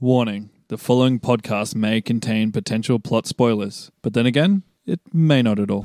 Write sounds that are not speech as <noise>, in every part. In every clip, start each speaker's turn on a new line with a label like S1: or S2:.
S1: Warning the following podcast may contain potential plot spoilers, but then again, it may not at all.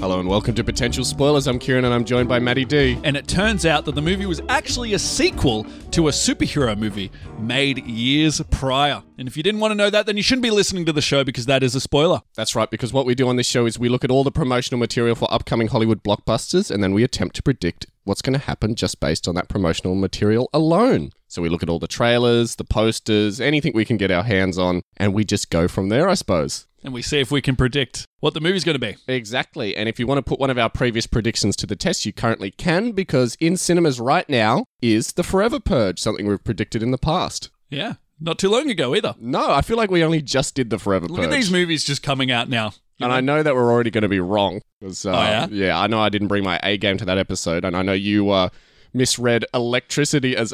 S2: Hello and welcome to Potential Spoilers. I'm Kieran and I'm joined by Maddie D.
S3: and it turns out that the movie was actually a sequel to a superhero movie made years prior. And if you didn't want to know that, then you shouldn't be listening to the show because that is a spoiler.
S2: That's right, because what we do on this show is we look at all the promotional material for upcoming Hollywood blockbusters and then we attempt to predict what's going to happen just based on that promotional material alone. So we look at all the trailers, the posters, anything we can get our hands on, and we just go from there, I suppose.
S3: And we see if we can predict what the movie's going to be.
S2: Exactly. And if you want to put one of our previous predictions to the test, you currently can, because in cinemas right now is The Forever Purge, something we've predicted in the past.
S3: Yeah, not too long ago either.
S2: No, I feel like we only just did The Forever
S3: Look
S2: Purge.
S3: at these movies just coming out now.
S2: and I know that we're already going to be wrong. 'cause, uh,
S3: Oh, yeah?
S2: I know I didn't bring my A game to that episode, and I know you uh, misread electricity as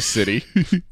S3: <laughs>
S2: City.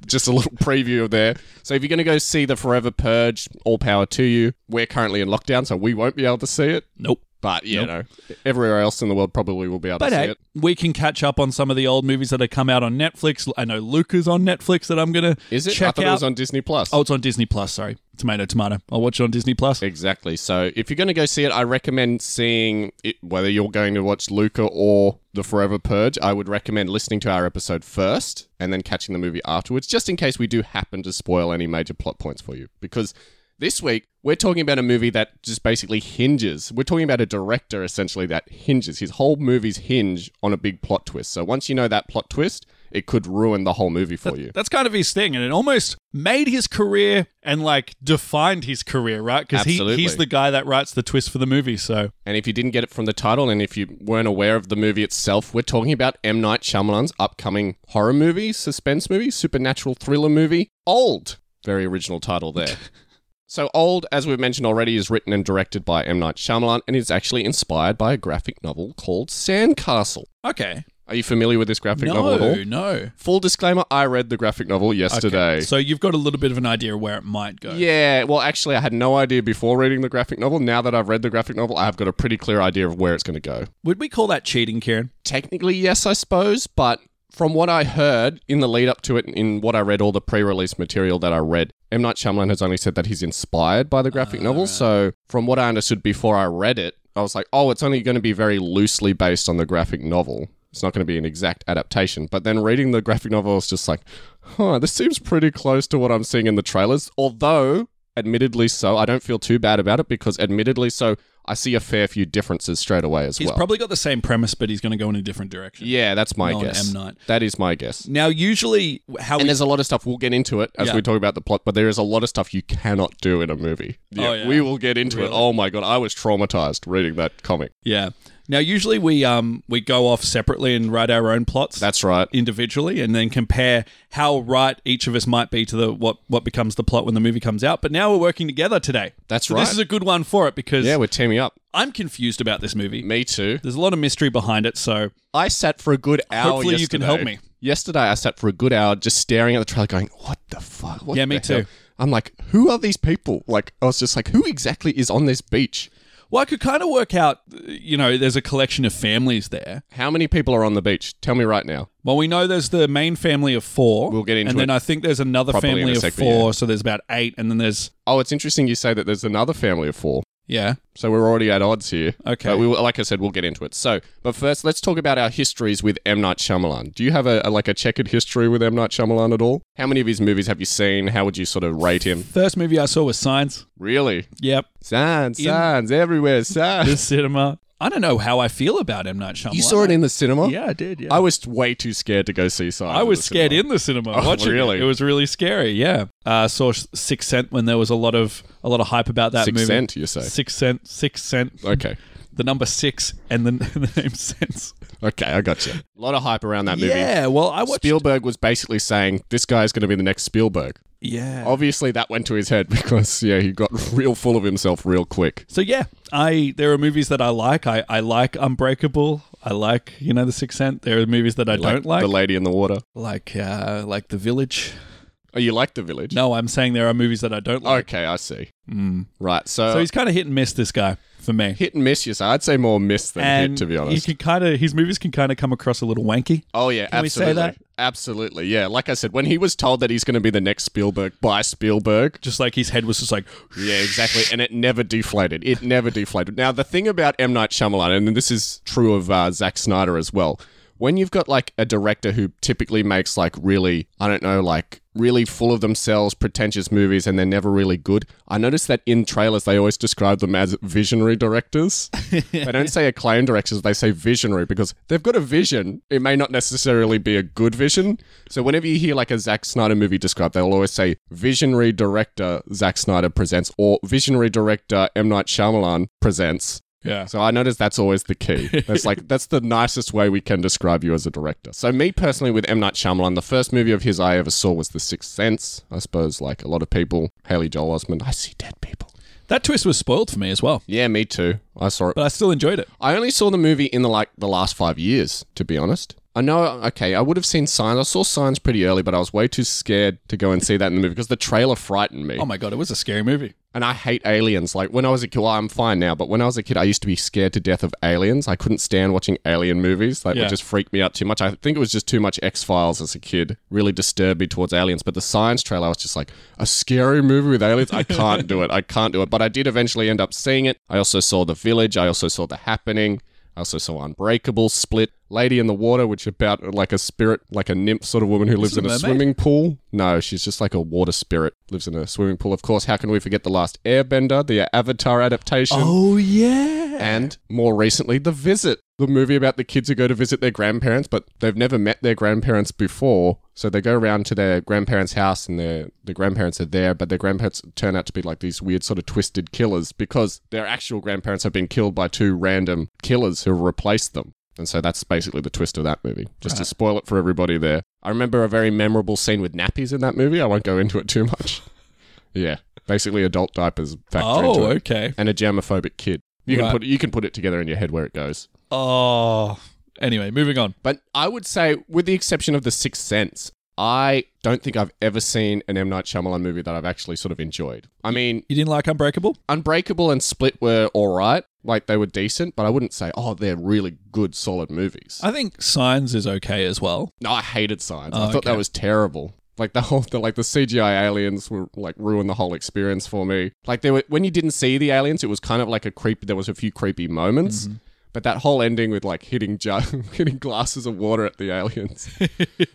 S2: Just a little preview of there. So if you're going to go see the Forever Purge, all power to you. We're currently in lockdown, so we won't be able to see it.
S3: Nope.
S2: But you know, everywhere else in the world probably will be able
S3: But
S2: to see
S3: hey,
S2: it.
S3: we can catch up on some of the old movies that have come out on Netflix. I know Luca's on Netflix that I'm going to
S2: Is it? I
S3: check
S2: thought
S3: out.
S2: it was on Disney Plus.
S3: oh, it's on Disney Plus, sorry. Tomato, tomato. I'll watch it on Disney Plus.
S2: Exactly. So if you're going to go see it, I recommend seeing it, whether you're going to watch Luca or The Forever Purge. I would recommend listening to our episode first and then catching the movie afterwards, just in case we do happen to spoil any major plot points for you. Because this week, we're talking about a movie that just basically hinges. We're talking about a director, essentially, that hinges. His whole movies hinge on a big plot twist. So once you know that plot twist, it could ruin the whole movie for you.
S3: That's kind of his thing, and it almost made his career and like defined his career, right? Because he,
S2: Absolutely.
S3: he's the guy that writes the twist for the movie. So
S2: And if you didn't get it from the title, and if you weren't aware of the movie itself, we're talking about M. Night Shyamalan's upcoming horror movie, suspense movie, supernatural thriller movie, Old. Very original
S3: <laughs>
S2: title there. so, Old, as we've mentioned already, is written and directed by M. Night Shyamalan and is actually inspired by a graphic novel called Sandcastle.
S3: okay,
S2: Are you familiar with this graphic novel at
S3: no,
S2: all?
S3: no.
S2: Full disclaimer I read the graphic novel yesterday.
S3: So you've got a little bit of an idea where it might go.
S2: Yeah, well, actually, I had no idea before reading the graphic novel. Now that I've read the graphic novel, I've got a pretty clear idea of where it's going to go.
S3: Would we call that cheating, Kieran?
S2: technically yes i suppose but from what i heard in the lead up to it and in what i read all the pre-release material that i read m night Shyamalan has only said that he's inspired by the graphic novel so from what i understood before i read it i was like oh it's only going to be very loosely based on the graphic novel it's not going to be an exact adaptation but then reading the graphic novel I was just like huh this seems pretty close to what i'm seeing in the trailers although admittedly so i don't feel too bad about it because admittedly so i see a fair few differences straight away as
S3: He's
S2: well
S3: probably got the same premise, but he's going to go in a different direction.
S2: yeah, that's my
S3: Nolan
S2: guess.
S3: M. Night.
S2: That is my guess.
S3: Now, usually, how
S2: And
S3: we,
S2: there's a lot of stuff we'll get into it as
S3: Yeah.
S2: we talk about the plot, but there is a lot of stuff you cannot do in a movie. Yeah,
S3: Oh, yeah.
S2: we will get into it. Oh my god, I was traumatized reading that comic.
S3: yeah. Now, usually we um we go off separately and write our own plots.
S2: That's right.
S3: individually and then compare how right each of us might be to the what what becomes the plot when the movie comes out. But now we're working together today.
S2: That's
S3: so
S2: right.
S3: This is a good one for it because
S2: Yeah, we're teaming up.
S3: I'm confused about this movie.
S2: Me too.
S3: There's a lot of mystery behind it, so
S2: I sat for a good hour.
S3: Hopefully you can
S2: yesterday.
S3: help me.
S2: Yesterday, I sat for a good hour just staring at the trailer, going, "What the fuck? What
S3: Yeah,
S2: the
S3: me
S2: hell?"
S3: too.
S2: I'm like, "Who are these people?" Like, I was just like, "Who exactly is on this beach?
S3: well, I could kind of work out. You know, there's a collection of families there.
S2: How many people are on the beach? Tell me right now."
S3: Well, we know there's the main family of four.
S2: We'll get into
S3: and
S2: it
S3: then I think there's another
S2: properly in
S3: family
S2: a
S3: of
S2: sec, but
S3: four. So there's about eight, and then there's
S2: Oh, it's interesting you say that. There's another family of four.
S3: yeah.
S2: So we're already at odds here.
S3: Okay.
S2: But we, will- like I said, we'll get into it. So, but first, let's talk about our histories with M Night Shyamalan. Do you have a, a like a checkered history with M Night Shyamalan at all? How many of his movies have you seen? How would you sort of rate him?
S3: First movie I saw was Signs.
S2: Really?
S3: Yep, <laughs>
S2: Signs, signs everywhere,
S3: the
S2: signs.
S3: cinema. I don't know how I feel about M Night Shyamalan.
S2: You saw it in the cinema?
S3: Yeah, I did. Yeah.
S2: I was way too scared to go see Signs.
S3: I was
S2: the
S3: scared
S2: cinema.
S3: in the cinema
S2: Oh,
S3: watching
S2: really?
S3: it. It was really scary. Yeah, uh, saw Sixth Cent when there was a lot of a lot of hype about that
S2: Sixth
S3: movie.
S2: Sense, you say?
S3: Sixth Cent, Sixth Cent,
S2: Okay.
S3: the number six, and the, <laughs> the name Sense.
S2: Okay, I
S3: <laughs>
S2: got you. A lot of hype around that movie.
S3: Yeah, well, I watched.
S2: Spielberg was basically saying this guy's going to be the next Spielberg.
S3: yeah.
S2: Obviously, that went to his head <laughs> because yeah, he got <laughs> real full of himself real quick.
S3: So yeah, I there are movies that I like. I, I like Unbreakable. I like you know the Sixth Cent. There are movies that I don't like,
S2: the lady in the water.
S3: like uh, like The Village.
S2: Oh, you like The Village?
S3: No, I'm saying there are movies that I don't like.
S2: Okay, I see. Right, so,
S3: So he's kind of hit and miss this guy for me.
S2: uh, hit and miss. Yes, I'd say more miss than hit,
S3: and
S2: to be
S3: he
S2: honest.
S3: can kind of his movies can kind of come across a little wanky.
S2: Oh yeah,
S3: we say
S2: absolutely.
S3: that?
S2: Absolutely, yeah. Like I said, when he was told that he's going to be the next Spielberg by Spielberg,
S3: Just like his head was just like,
S2: Yeah, exactly. And it never deflated. It never deflated. Now, the thing about M. Night Shyamalan, and this is true of uh, Zack Snyder as well, when you've got like a director who typically makes like really, I don't know, like really full of themselves, pretentious movies, and they're never really good, I noticed that in trailers they always describe them as visionary directors. they don't say acclaimed directors, they say visionary because they've got a vision. It may not necessarily be a good vision. So whenever you hear like a Zack Snyder movie described, they'll always say visionary director Zack Snyder presents or visionary director M Night Shyamalan presents.
S3: yeah.
S2: So I notice that's always the key. That's like that's the nicest way we can describe you as a director. So me personally with M Night Shyamalan, the first movie of his I ever saw was The Sixth Sense. I suppose like a lot of people, Haley Joel Osment, I see dead people.
S3: That twist was spoiled for me as well,
S2: Yeah, me too. I saw it
S3: but I still enjoyed it.
S2: I only saw the movie in the like the last five years, to be honest. I know, okay, I would have seen Signs. I saw Signs pretty early, but I was way too scared to go and see that in the movie because the trailer frightened me.
S3: Oh my god, it was a scary movie.
S2: and I hate aliens. Like when I was a kid, well, I'm fine now, but when I was a kid, I used to be scared to death of aliens. I couldn't stand watching alien movies. Like
S3: Yeah.
S2: it just freaked me out too much. I think it was just too much X Files as a kid. Really disturbed me towards aliens. But the Signs trailer, I was just like, a scary movie with aliens. I can't do it. I can't do it. But I did eventually end up seeing it. I also saw The Village. I also saw The Happening. I also saw Unbreakable, Split, Lady in the Water, which about like a spirit, like a nymph sort of woman who lives
S3: it
S2: in
S3: a
S2: a
S3: mermaid?
S2: swimming pool. No, she's just like a water spirit, lives in a swimming pool. Of course, how can we forget the last Airbender, the Avatar adaptation,
S3: Oh yeah.
S2: and more recently, The Visit, the movie about the kids who go to visit their grandparents, but they've never met their grandparents before. So they go around to their grandparents' house and their the grandparents are there, but their grandparents turn out to be like these weird sort of twisted killers because their actual grandparents have been killed by two random killers who replaced them. And so that's basically the twist of that movie. Just to spoil it for everybody there. I remember a very memorable scene with nappies in that movie. I won't go into it too much. <laughs> yeah. Basically adult diapers factor into
S3: Oh
S2: it
S3: okay.
S2: and a germophobic kid. You
S3: Right.
S2: can put you can put it together in your head where it goes.
S3: Oh. Anyway, moving on.
S2: But I would say, with the exception of the Sixth Sense, I don't think I've ever seen an M Night Shyamalan movie that I've actually sort of enjoyed. I mean,
S3: You didn't like Unbreakable?
S2: Unbreakable and Split were all right, like they were decent, but I wouldn't say, oh, they're really good, solid movies.
S3: I think Signs is okay as well.
S2: no, I hated Signs. I
S3: Oh,
S2: thought that
S3: okay.
S2: was terrible. Like the whole, the, like the CGI aliens were like ruined the whole experience for me. Like there were when you didn't see the aliens, it was kind of like a creep. There was a few creepy moments.
S3: Mm-hmm.
S2: But that whole ending with like hitting ju- <laughs> hitting glasses of water at the
S3: <laughs>
S2: aliens.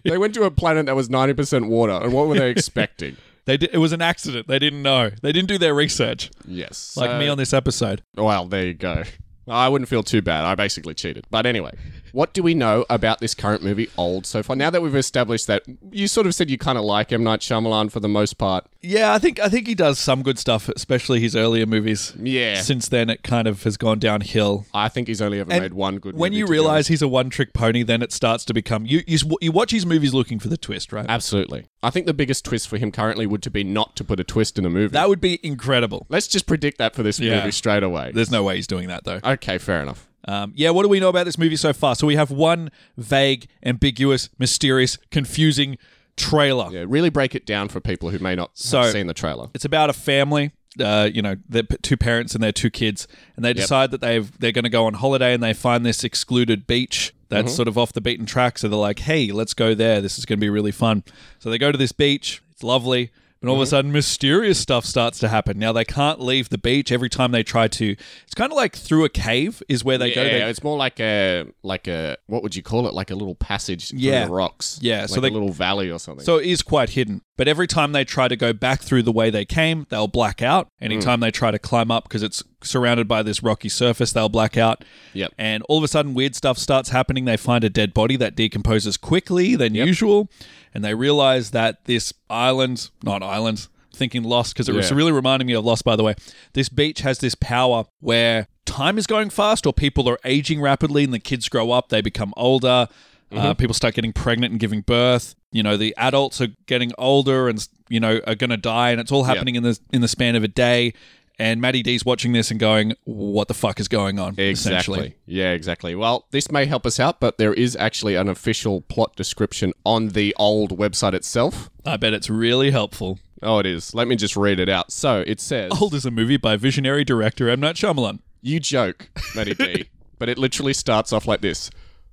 S2: they went to a planet that was 90% water, and what were
S3: <laughs>
S2: they expecting?
S3: They did, it was an accident. They didn't know. They didn't do their research.
S2: Yes.
S3: Like me on this episode.
S2: Well, there you go. I wouldn't feel too bad. I basically cheated. But anyway, what do we know about this current movie, Old, so far? Now that we've established that, you sort of said you kind of like M. Night Shyamalan for the most part.
S3: Yeah, I think I think he does some good stuff, especially his earlier movies.
S2: Yeah.
S3: Since then, it kind of has gone downhill.
S2: I think he's only ever
S3: And
S2: made one good
S3: When
S2: movie
S3: you
S2: to be
S3: realize he's a one-trick pony, then it starts to become you. You, s- you watch his movies looking for the twist, right?
S2: honest. Absolutely. I think the biggest twist for him currently would to be not to put a twist in a movie.
S3: That would be incredible.
S2: Let's just predict that for this
S3: Yeah.
S2: movie straight away.
S3: There's no way he's doing that though.
S2: okay, fair enough.
S3: Um, yeah, what do we know about this movie so far? So we have one vague, ambiguous, mysterious, confusing trailer.
S2: Yeah, really break it down for people who may not
S3: So-
S2: have seen the trailer.
S3: It's about a family. Uh, you know, their p- two parents and their two kids, and they decide that they've they're going to go on holiday, and they find this excluded beach that's sort of off the beaten track. So they're like, "Hey, let's go there. This is going to be really fun." So they go to this beach. It's lovely. And all of a sudden, mysterious stuff starts to happen. Now they can't leave the beach. Every time they try to, it's kind of like through a cave is where they go.
S2: yeah,
S3: They-
S2: it's more like a like a what would you call it? Like a little passage
S3: Yeah.
S2: through the rocks.
S3: Yeah,
S2: like
S3: so they-
S2: a little valley or something.
S3: So it is quite hidden. But every time they try to go back through the way they came, they'll black out. Anytime they try to climb up because it's surrounded by this rocky surface, they'll black out.
S2: Yep.
S3: And all of a sudden, weird stuff starts happening. They find a dead body that decomposes quickly than usual. And they realize that this island, not island, thinking lost because it was
S2: Yeah.
S3: really reminding me of Lost, by the way. This beach has this power where time is going fast or people are aging rapidly and the kids grow up, they become older.
S2: Mm-hmm.
S3: Uh, people start getting pregnant and giving birth. You know, the adults are getting older and you know are going to die, and it's all happening in the in the span of a day. And Maddie D's watching this and going, "What the fuck is going on?" essentially.
S2: Exactly. Yeah, exactly. Well, this may help us out, but there is actually an official plot description on the old website itself.
S3: I bet it's really helpful.
S2: Oh, it is. Let me just read it out. So it says,
S3: Old is a movie by visionary director M. Night Shyamalan.
S2: You joke, Matty D, but it literally starts off like this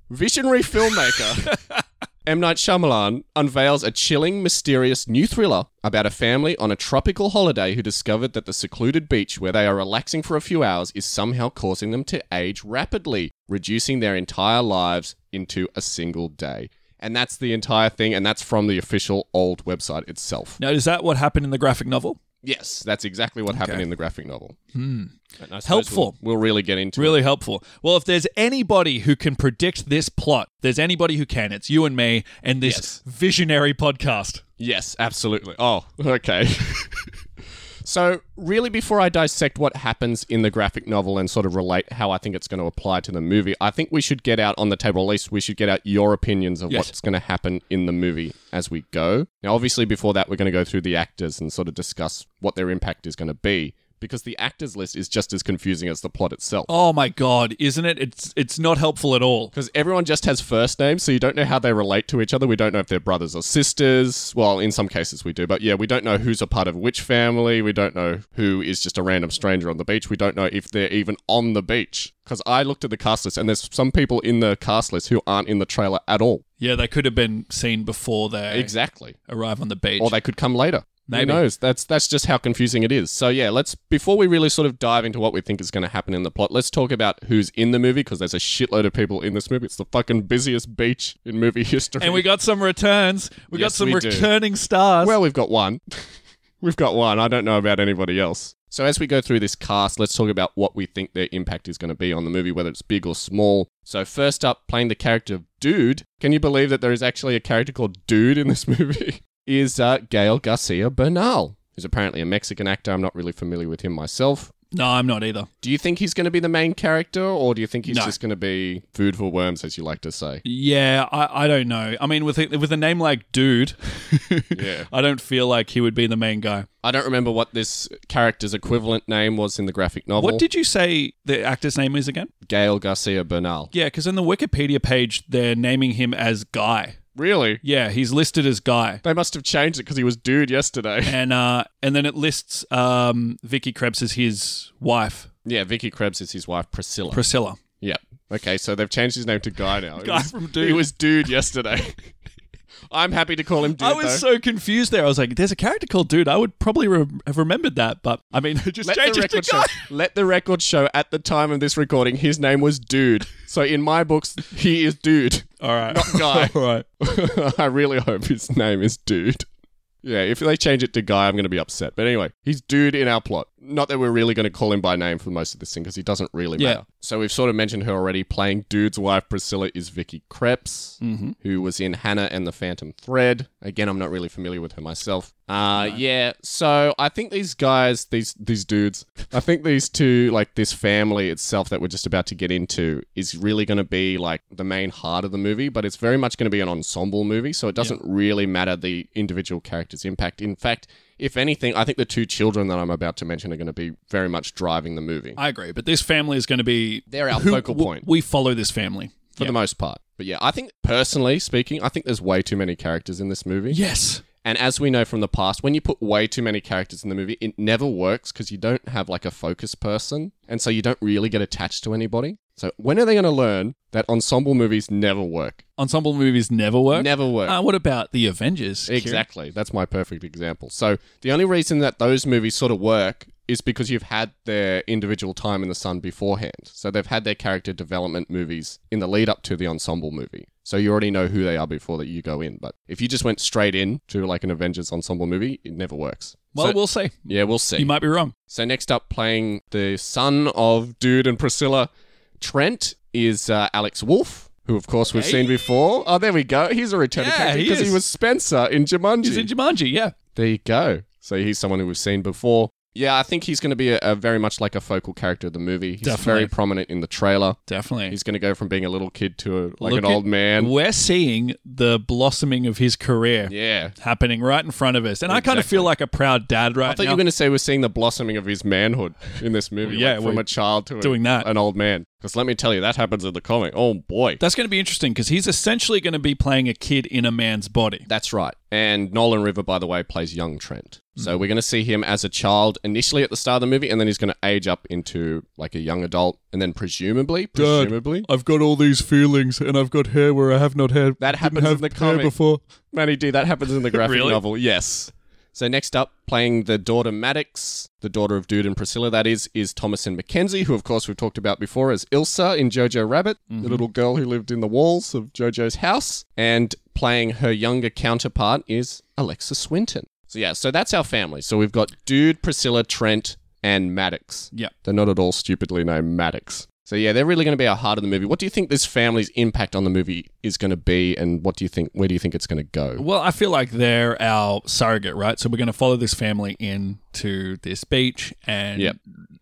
S2: Visionary filmmaker M. Night Shyamalan unveils a chilling, mysterious new thriller about a family on a tropical holiday who discovered that the secluded beach where they are relaxing for a few hours is somehow causing them to age rapidly, reducing their entire lives into a single day. And that's the entire thing, and that's from the official old website itself.
S3: Now, is that what happened in the graphic novel?
S2: Yes, that's exactly what happened in the graphic novel. And I suppose
S3: Helpful.
S2: We'll, we'll really get into
S3: Really helpful. Well, if there's anybody who can predict this plot, there's anybody who can. It's you and me and this visionary podcast.
S2: Yes, absolutely. Oh, okay. <laughs> so, really, before I dissect what happens in the graphic novel and sort of relate how I think it's going to apply to the movie, I think we should get out on the table, at least we should get out your opinions of
S3: Yes.
S2: what's going to happen in the movie as we go. Now, obviously, before that, we're going to go through the actors and sort of discuss what their impact is going to be. Because the actors list is just as confusing as the plot itself.
S3: Oh my god, isn't it? It's it's not helpful at all.
S2: Because everyone just has first names, so you don't know how they relate to each other. We don't know if they're brothers or sisters. Well, in some cases we do, but yeah, we don't know who's a part of which family. We don't know who is just a random stranger on the beach. We don't know if they're even on the beach. Because I looked at the cast list, and there's some people in the cast list who aren't in the trailer at all.
S3: Yeah, they could have been seen before they
S2: Exactly.
S3: arrive on the beach.
S2: Or they could come later.
S3: Maybe.
S2: Who knows? That's that's just how confusing it is. So yeah, let's before we really sort of dive into what we think is going to happen in the plot, let's talk about who's in the movie because there's a shitload of people in this movie. It's the fucking busiest beach in movie history.
S3: and we got some returns. We got
S2: Yes,
S3: some
S2: we do.
S3: returning stars.
S2: well, we've got one. <laughs> we've got one. I don't know about anybody else. So as we go through this cast, let's talk about what we think their impact is going to be on the movie, whether it's big or small. So first up, playing the character of Dude. Can you believe that there is actually a character called Dude in this <laughs> movie? is uh, Gail Garcia Bernal, who's apparently a Mexican actor. I'm not really familiar with him myself.
S3: no, I'm not either.
S2: Do you think he's going to be the main character, or do you think he's
S3: No.
S2: just going to be food for worms, as you like to say?
S3: Yeah, I, I don't know. I mean, with a, with a name like Dude, <laughs>
S2: Yeah.
S3: I don't feel like he would be the main guy.
S2: I don't remember what this character's equivalent name was in the graphic novel.
S3: What did you say the actor's name is again?
S2: Gail Garcia Bernal.
S3: Yeah, because in the Wikipedia page, they're naming him as Guy.
S2: Really?
S3: Yeah, he's listed as Guy.
S2: They must have changed it because he was dude
S3: <laughs>
S2: yesterday.
S3: And uh, and then it lists um, Vicky Krebs as his wife,
S2: Yeah, Vicky Krebs is his wife, Priscilla.
S3: Priscilla.
S2: yeah. Okay, so they've changed his name to
S3: <laughs>
S2: Guy now. It
S3: Guy
S2: was-
S3: from Dude.
S2: He was dude yesterday. <laughs> I'm happy to call him dude.
S3: I was
S2: though.
S3: so confused there. I was like, "There's a character called Dude." I would probably re- have remembered that, but I mean, <laughs> just
S2: Let
S3: change
S2: the,
S3: it to
S2: record show,
S3: Guy.
S2: let the record show at the time of this recording, his name was Dude. So in my books, he is Dude.
S3: All right,
S2: Not Guy.
S3: <laughs> All right.
S2: <laughs> I really hope his name is Dude. Yeah, if they change it to Guy, I'm going to be upset. But anyway, he's Dude in our plot. Not that we're really going to call him by name for most of this thing because he doesn't really
S3: Yeah.
S2: matter. So we've sort of mentioned her already. Playing Dude's wife, Priscilla, is Vicky Krebs, who was in Hannah and the Phantom Thread. Again, I'm not really familiar with her myself. Uh, Yeah, so I think these guys, these these dudes, I think these two, like this family itself that we're just about to get into, is really going to be like the main heart of the movie, but it's very much going to be an ensemble movie, so it doesn't really matter the individual character's impact. In fact, if anything, I think the two children that I'm about to mention are going to be very much driving the movie.
S3: I agree, but this family is going to be
S2: They're our
S3: who-
S2: focal
S3: w-
S2: point.
S3: We follow this family.
S2: for the most part. But yeah, I think personally speaking, I think there's way too many characters in this movie.
S3: Yes.
S2: And as we know from the past, when you put way too many characters in the movie, it never works because you don't have like a focus person. And so you don't really get attached to anybody. So when are they going to learn that ensemble movies never work?
S3: Ensemble movies never work.
S2: Never work.
S3: Uh, what about the Avengers? Kieran?
S2: Exactly. That's my perfect example. So the only reason that those movies sort of work is because you've had their individual time in the sun beforehand. So they've had their character development movies in the lead up to the ensemble movie. So you already know who they are before that you go in. But if you just went straight in to like an Avengers ensemble movie, it never works.
S3: Well,
S2: So-
S3: we'll see.
S2: yeah, we'll see.
S3: You might be wrong.
S2: So next up, playing the son of Dude and Priscilla, Trent is uh, Alex Wolf, who of course we've seen before. Oh, there we go. He's a returning
S3: Yeah,
S2: character
S3: he
S2: because he,
S3: is.
S2: was Spencer in Jumanji.
S3: He's in Jumanji, yeah.
S2: There you go. So he's someone who we've seen before. Yeah, I think he's going to be a, a very much like a focal character of the movie. He's
S3: Definitely.
S2: very prominent in the trailer.
S3: Definitely.
S2: He's going to go from being a little kid to a, like
S3: Look
S2: an
S3: at-
S2: old man.
S3: We're seeing the blossoming of his career
S2: Yeah.
S3: happening right in front of us. And I kind of feel like a proud dad right
S2: I thought
S3: now.
S2: you were going to say we're seeing the blossoming of his manhood in this movie.
S3: Yeah,
S2: like,
S3: we're
S2: from a child to a-
S3: doing that.
S2: an old man. Because let me tell you, that happens in the comic. Oh boy,
S3: That's going to be interesting because he's essentially going to be playing a kid in a man's body.
S2: That's right. And Nolan River, by the way, plays young Trent. So
S3: Mm.
S2: we're going to see him as a child initially at the start of the movie, and then he's going to age up into like a young adult, and then presumably, presumably,
S1: I've got all these feelings, and I've got hair where I have not had
S2: That happens in
S1: have
S2: the
S1: hair
S2: comic.
S1: before.
S2: Manny D. That happens in the graphic
S3: Really?
S2: novel. Yes. So next up, playing the daughter Maddox, the daughter of Dude and Priscilla, that is, is Thomasin McKenzie, who of course we've talked about before as Ilsa in Jojo Rabbit, the little girl who lived in the walls of Jojo's house, and playing her younger counterpart is Alexa Swinton. So yeah, so that's our family. So we've got Dude, Priscilla, Trent, and Maddox.
S3: Yeah.
S2: They're not at all stupidly named Maddox. So yeah, they're really going to be our heart of the movie. What do you think this family's impact on the movie is going to be, and what do you think? Where do you think it's going to go?
S3: Well, I feel like they're our surrogate, right? So we're going to follow this family into this beach, and
S2: Yep.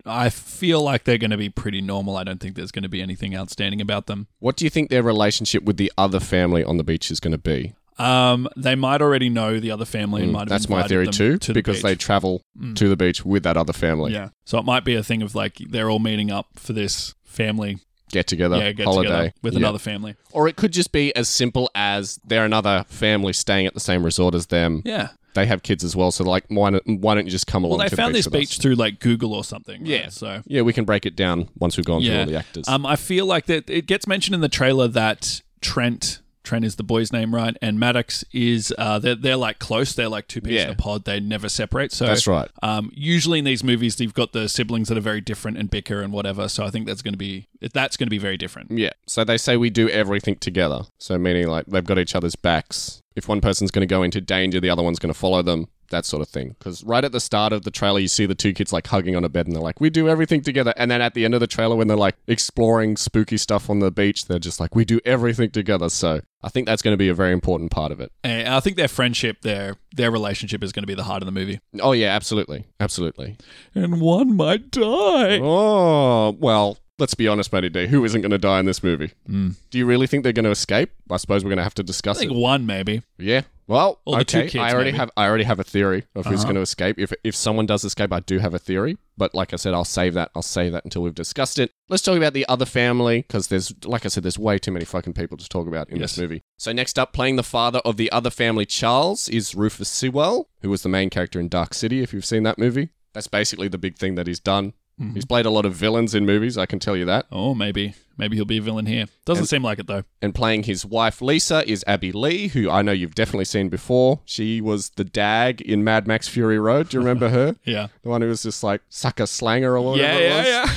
S3: I feel like they're going to be pretty normal. I don't think there's going to be anything outstanding about them.
S2: What do you think their relationship with the other family on the beach is going to be? Mm,
S3: Um, they might already know the other family. and might have
S2: That's my
S3: invited
S2: theory
S3: them
S2: too,
S3: to the
S2: because they
S3: beach. Mm.
S2: travel to the beach with that other family,
S3: yeah. So it might be a thing of like they're all meeting up for this family,
S2: get together,
S3: yeah, get together
S2: holiday
S3: with
S2: Yeah.
S3: another family.
S2: Or it could just be as simple as they're another family staying at the same resort as them.
S3: Yeah.
S2: They have kids as well, so like, why don't, why don't you just come along?
S3: Well, they
S2: to
S3: found
S2: the
S3: this
S2: beach with us?
S3: beach through like Google or something. right?
S2: Yeah.
S3: So
S2: Yeah, we can break it down once we've gone through
S3: Yeah.
S2: all the actors.
S3: Um, I feel like that it gets mentioned in the trailer that Trent, Trent is the boy's name, right? And Maddox is uh, they're, they're like close. They're like two peas in
S2: Yeah.
S3: a pod. They never separate. So
S2: That's right.
S3: Um, usually in these movies, you've got the siblings that are very different and bicker and whatever. So I think that's going to be that's going to be very different.
S2: Yeah. So they say we do everything together. So meaning like they've got each other's backs. If one person's going to go into danger, the other one's going to follow them. That sort of thing. Because right at the start of the trailer, you see the two kids like hugging on a bed, and they're like, "We do everything together." And then at the end of the trailer, when they're like exploring spooky stuff on the beach, they're just like, "We do everything together." So I think that's going to be a very important part of it.
S3: And I think their friendship, their their relationship is going to be the heart of the movie.
S2: Oh yeah, absolutely, absolutely.
S1: And one might die.
S2: Oh well, let's be honest, matey D. Who isn't going to die in this movie? Do you really think they're going to escape? I suppose we're going to have to discuss
S3: Hmm. I think
S2: it.
S3: one maybe.
S2: Yeah. Well,
S3: Or the two
S2: okay.
S3: kids,
S2: I already
S3: maybe. Uh-huh.
S2: have I already have a theory of who's going to escape. If if someone does escape, I do have a theory, but like I said, I'll save that. I'll save that until we've discussed it. Let's talk about the other family because there's like I said, there's way too many fucking people to talk about in
S3: Yes.
S2: this movie. So next up, playing the father of the other family, Charles, is Rufus Sewell, who was the main character in Dark City. If you've seen that movie, that's basically the big thing that he's done.
S3: Mm-hmm.
S2: He's played a lot of villains in movies. I can tell you that.
S3: Oh, maybe maybe he'll be a villain here. Doesn't seem like it though.
S2: And playing his wife Lisa is Abby Lee, who I know you've definitely seen before. She was the dag in Mad Max Fury Road. Do you remember her? <laughs>
S3: Yeah.
S2: The one who was just like sucker slanger or
S3: Yeah,
S2: whatever it
S3: yeah,
S2: was.
S3: yeah.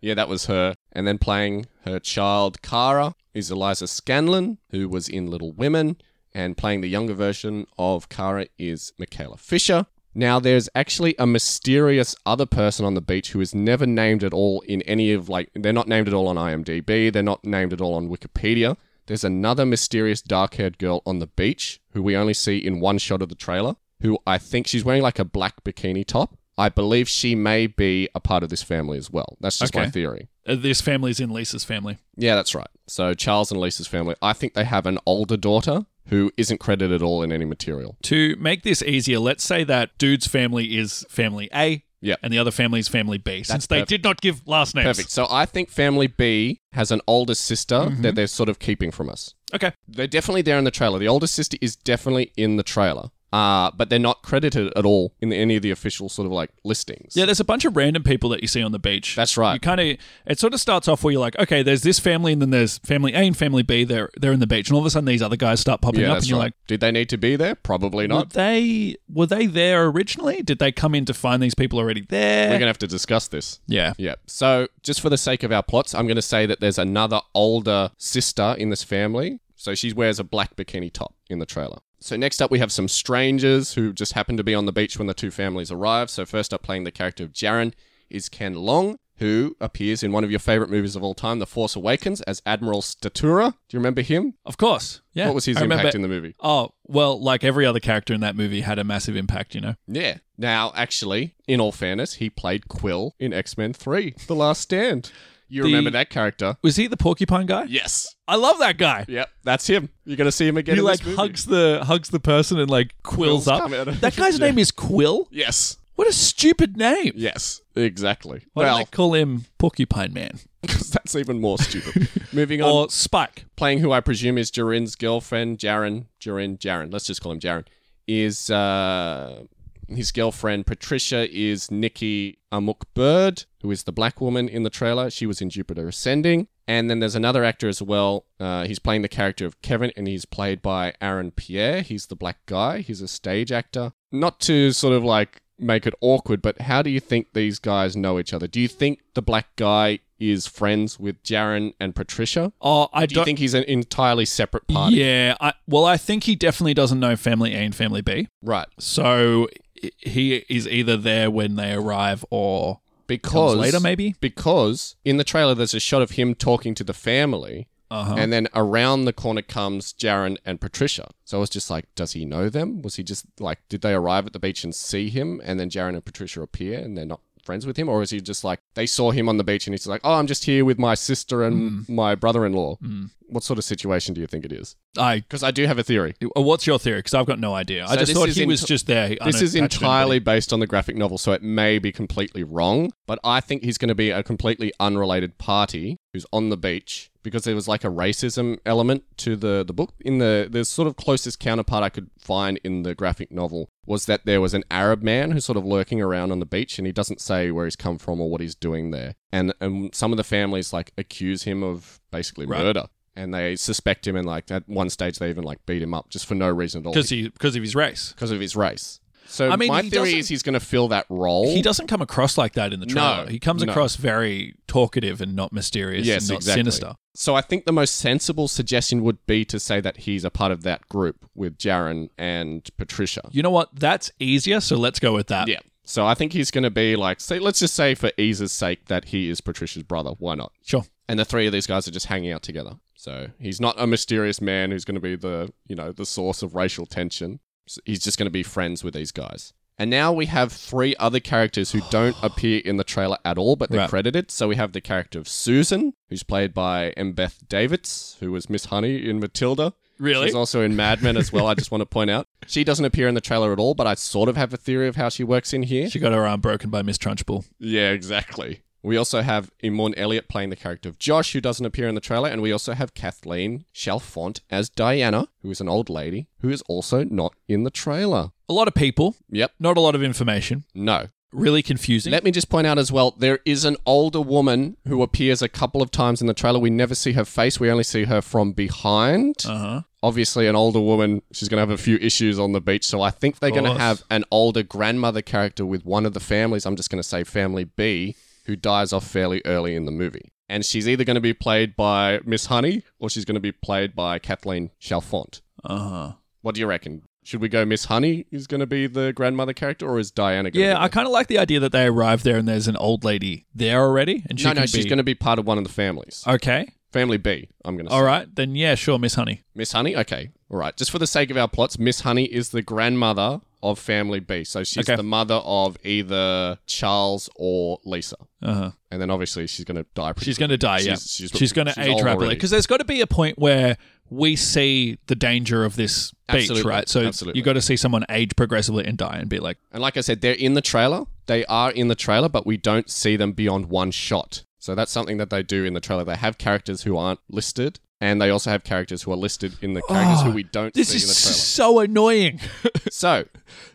S2: Yeah, that was her. And then playing her child Kara is Eliza Scanlon, who was in Little Women. And playing the younger version of Kara is Michaela Fisher. Now, there's actually a mysterious other person on the beach who is never named at all in any of, like, they're not named at all on IMDb, they're not named at all on Wikipedia. There's another mysterious dark haired girl on the beach who we only see in one shot of the trailer, who I think she's wearing like a black bikini top. I believe she may be a part of this family as well. That's just my
S3: Okay.
S2: theory.
S3: Uh, This family's in Lisa's family.
S2: Yeah, that's right. So Charles and Lisa's family, I think they have an older daughter who isn't credited at all in any material.
S3: To make this easier, let's say that dude's family is family A.
S2: Yeah.
S3: And the other family is family B. since they
S2: perfect.
S3: did not give last names.
S2: Perfect. So I think family B has an older sister
S3: Mm-hmm.
S2: that they're sort of keeping from us.
S3: Okay.
S2: They're definitely there in the trailer. The older sister is definitely in the trailer. Uh, but they're not credited at all in any of the official sort of like listings.
S3: Yeah, there's a bunch of random people that you see on the beach.
S2: That's right.
S3: You kind of it sort of starts off where you're like, okay, there's this family, and then there's family A and family B. They're they're in the beach, and all of a sudden these other guys start popping up,
S2: Yeah,
S3: and
S2: that's
S3: you're
S2: right. Did they need to be there? Probably
S3: like, were
S2: not.
S3: they were they there originally? Did they come in to find these people already there?
S2: We're going to have to discuss this.
S3: yeah.
S2: Yeah. So, just for the sake of our plots, I'm going to say that there's another older sister in this family. So, she wears a black bikini top in the trailer. So, next up, we have some strangers who just happen to be on the beach when the two families arrive. So, first up, playing the character of Jaren is Ken Long, who appears in one of your favorite movies of all time, The Force Awakens, as Admiral Statura. Do you remember him?
S3: Of course. Yeah.
S2: What was his
S3: I remember-
S2: impact in the movie?
S3: Oh, well, like every other character in that movie had a massive impact, you know?
S2: Yeah. Now, actually, in all fairness, he played Quill in X Men 3, The Last Stand. You
S3: The-
S2: remember that character?
S3: Was he the porcupine guy?
S2: Yes.
S3: I love that guy.
S2: Yep, that's him. You're going to see him again
S3: he
S2: in
S3: like
S2: this movie.
S3: hugs the hugs the person and like quills
S2: Quills
S3: up.
S2: come out of-
S3: That guy's
S2: <laughs> Yeah.
S3: name is Quill.
S2: Yes.
S3: What a stupid name.
S2: Yes. Exactly.
S3: Why
S2: well,
S3: don't they call him Porcupine Man
S2: 'cause <laughs> that's even more
S3: <laughs>
S2: stupid. Moving on.
S3: or Spike?
S2: playing who I presume is Jaren's girlfriend, Jaren, Jaren, Jaren, let's just call him Jaren, is uh, his girlfriend Patricia is Nikki Amuk Bird, who is the black woman in the trailer. She was in Jupiter Ascending. And then there's another actor as well. Uh, he's playing the character of Kevin, and he's played by Aaron Pierre. He's the black guy. He's a stage actor. Not to sort of like make it awkward, but how do you think these guys know each other? Do you think the black guy is friends with Jaren and Patricia?
S3: Oh, I
S2: Do you
S3: don't.
S2: think he's an entirely separate party?
S3: Yeah. I, well, I think he definitely doesn't know Family A and Family B,
S2: Right.
S3: so i- he is either there when they arrive or comes
S2: Because
S3: later, maybe.
S2: Because in the trailer there's a shot of him talking to the family
S3: Uh huh.
S2: and then around the corner comes Jaren and Patricia. So I was just like, does he know them? Was he just like did they arrive at the beach and see him and then Jaren and Patricia appear and they're not friends with him? Or is he just like they saw him on the beach and he's like, Oh, I'm just here with my sister
S3: Mm.
S2: and my brother in law. What sort of situation do you think it is?
S3: I. uh,
S2: Because I do have a theory.
S3: What's your theory? Because I've got no idea. I
S2: So
S3: just
S2: this
S3: thought
S2: is
S3: he
S2: ent-
S3: was just there.
S2: This
S3: unattached
S2: is
S3: to
S2: entirely
S3: anybody.
S2: based on the graphic novel, so it may be completely wrong, but I think he's going to be a completely unrelated party who's on the beach because there was like a racism element to the, the book. In the, the sort of closest counterpart I could find in the graphic novel was that there was an Arab man who's sort of lurking around on the beach and he doesn't say where he's come from or what he's doing there. And, and some of the families like accuse him of basically
S3: Right.
S2: murder. And they suspect him, and like at one stage, they even like beat him up just for no reason at all
S3: because he because of his race.
S2: because of his race. So
S3: I mean,
S2: my
S3: he
S2: theory
S3: doesn't-
S2: is he's going to fill that role.
S3: He doesn't come across like that in the
S2: No,
S3: trailer. he comes
S2: no.
S3: across very talkative and not mysterious
S2: Yes,
S3: and not
S2: exactly.
S3: sinister.
S2: So I think the most sensible suggestion would be to say that he's a part of that group with Jaren and Patricia.
S3: You know what? That's easier, so let's go with that.
S2: Yeah. So I think he's going to be like, say, let's just say for ease's sake that he is Patricia's brother. Why not?
S3: Sure.
S2: And the three of these guys are just hanging out together. So he's not a mysterious man who's going to be the you know the source of racial tension. S- He's just going to be friends with these guys. And now we have three other characters who don't appear in the trailer at all, but they're
S3: Right.
S2: credited. So we have the character of Susan, who's played by Embeth Davids, who was Miss Honey in Matilda.
S3: Really?
S2: She's also in Mad Men as well. I just want to point out she doesn't appear in the trailer at all, but I sort of have a theory of how she works in here.
S3: She got her arm broken by Miss Trunchbull.
S2: Yeah, exactly. We also have Imon Elliott playing the character of Josh, who doesn't appear in the trailer, and we also have Kathleen Chalfont as Diana, who is an old lady, who is also not in the trailer.
S3: A lot of people,
S2: Yep,
S3: not a lot of information,
S2: no.
S3: really confusing.
S2: Let me just point out as well there is an older woman who appears a couple of times in the trailer. We never see her face, we only see her from behind.
S3: uh huh.
S2: Obviously, an older woman, she's going to have a few issues on the beach, so I think they're going to
S3: course.
S2: have an older grandmother character with one of the families. I'm just going to say family B, who dies off fairly early in the movie. And she's either going to be played by Miss Honey or she's going to be played by Kathleen Chalfont.
S3: Uh huh.
S2: What do you reckon? Should we go Miss Honey is going to be the grandmother character or is Diana going
S3: Yeah,
S2: to
S3: I kind of like the idea that they arrived there and there's an old lady there already, and
S2: be
S3: she
S2: No,
S3: can
S2: no,
S3: be-
S2: she's going to be part of one of the families.
S3: Okay.
S2: family B, I'm going to say.
S3: All right. Then yeah, sure, Miss Honey.
S2: Miss Honey? Okay. All right. Just for the sake of our plots, Miss Honey is the grandmother of Family B. So she's
S3: Okay.
S2: the mother of either Charles or Lisa.
S3: Uh huh.
S2: And then obviously she's going to die pretty
S3: She's
S2: soon.
S3: going to die.
S2: She's-
S3: yeah.
S2: she's-
S3: She's, going to
S2: she's
S3: age
S2: old
S3: rapidly
S2: already.
S3: because there's got to be a point where we see the danger of this beach,
S2: Absolutely,
S3: right? So
S2: absolutely.
S3: you got to see someone age progressively and die and be like,
S2: And like I said, they're in the trailer. They are in the trailer, but we don't see them beyond one shot. So that's something that they do in the trailer. They have characters who aren't listed, and they also have characters who are listed in the characters who we don't
S3: Oh, "This
S2: see in
S3: is
S2: the trailer.
S3: so annoying." <laughs>
S2: So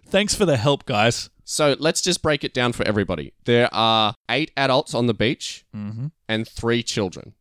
S3: Thanks for the help, guys.
S2: So let's just break it down for everybody. There are eight adults on the beach and three children.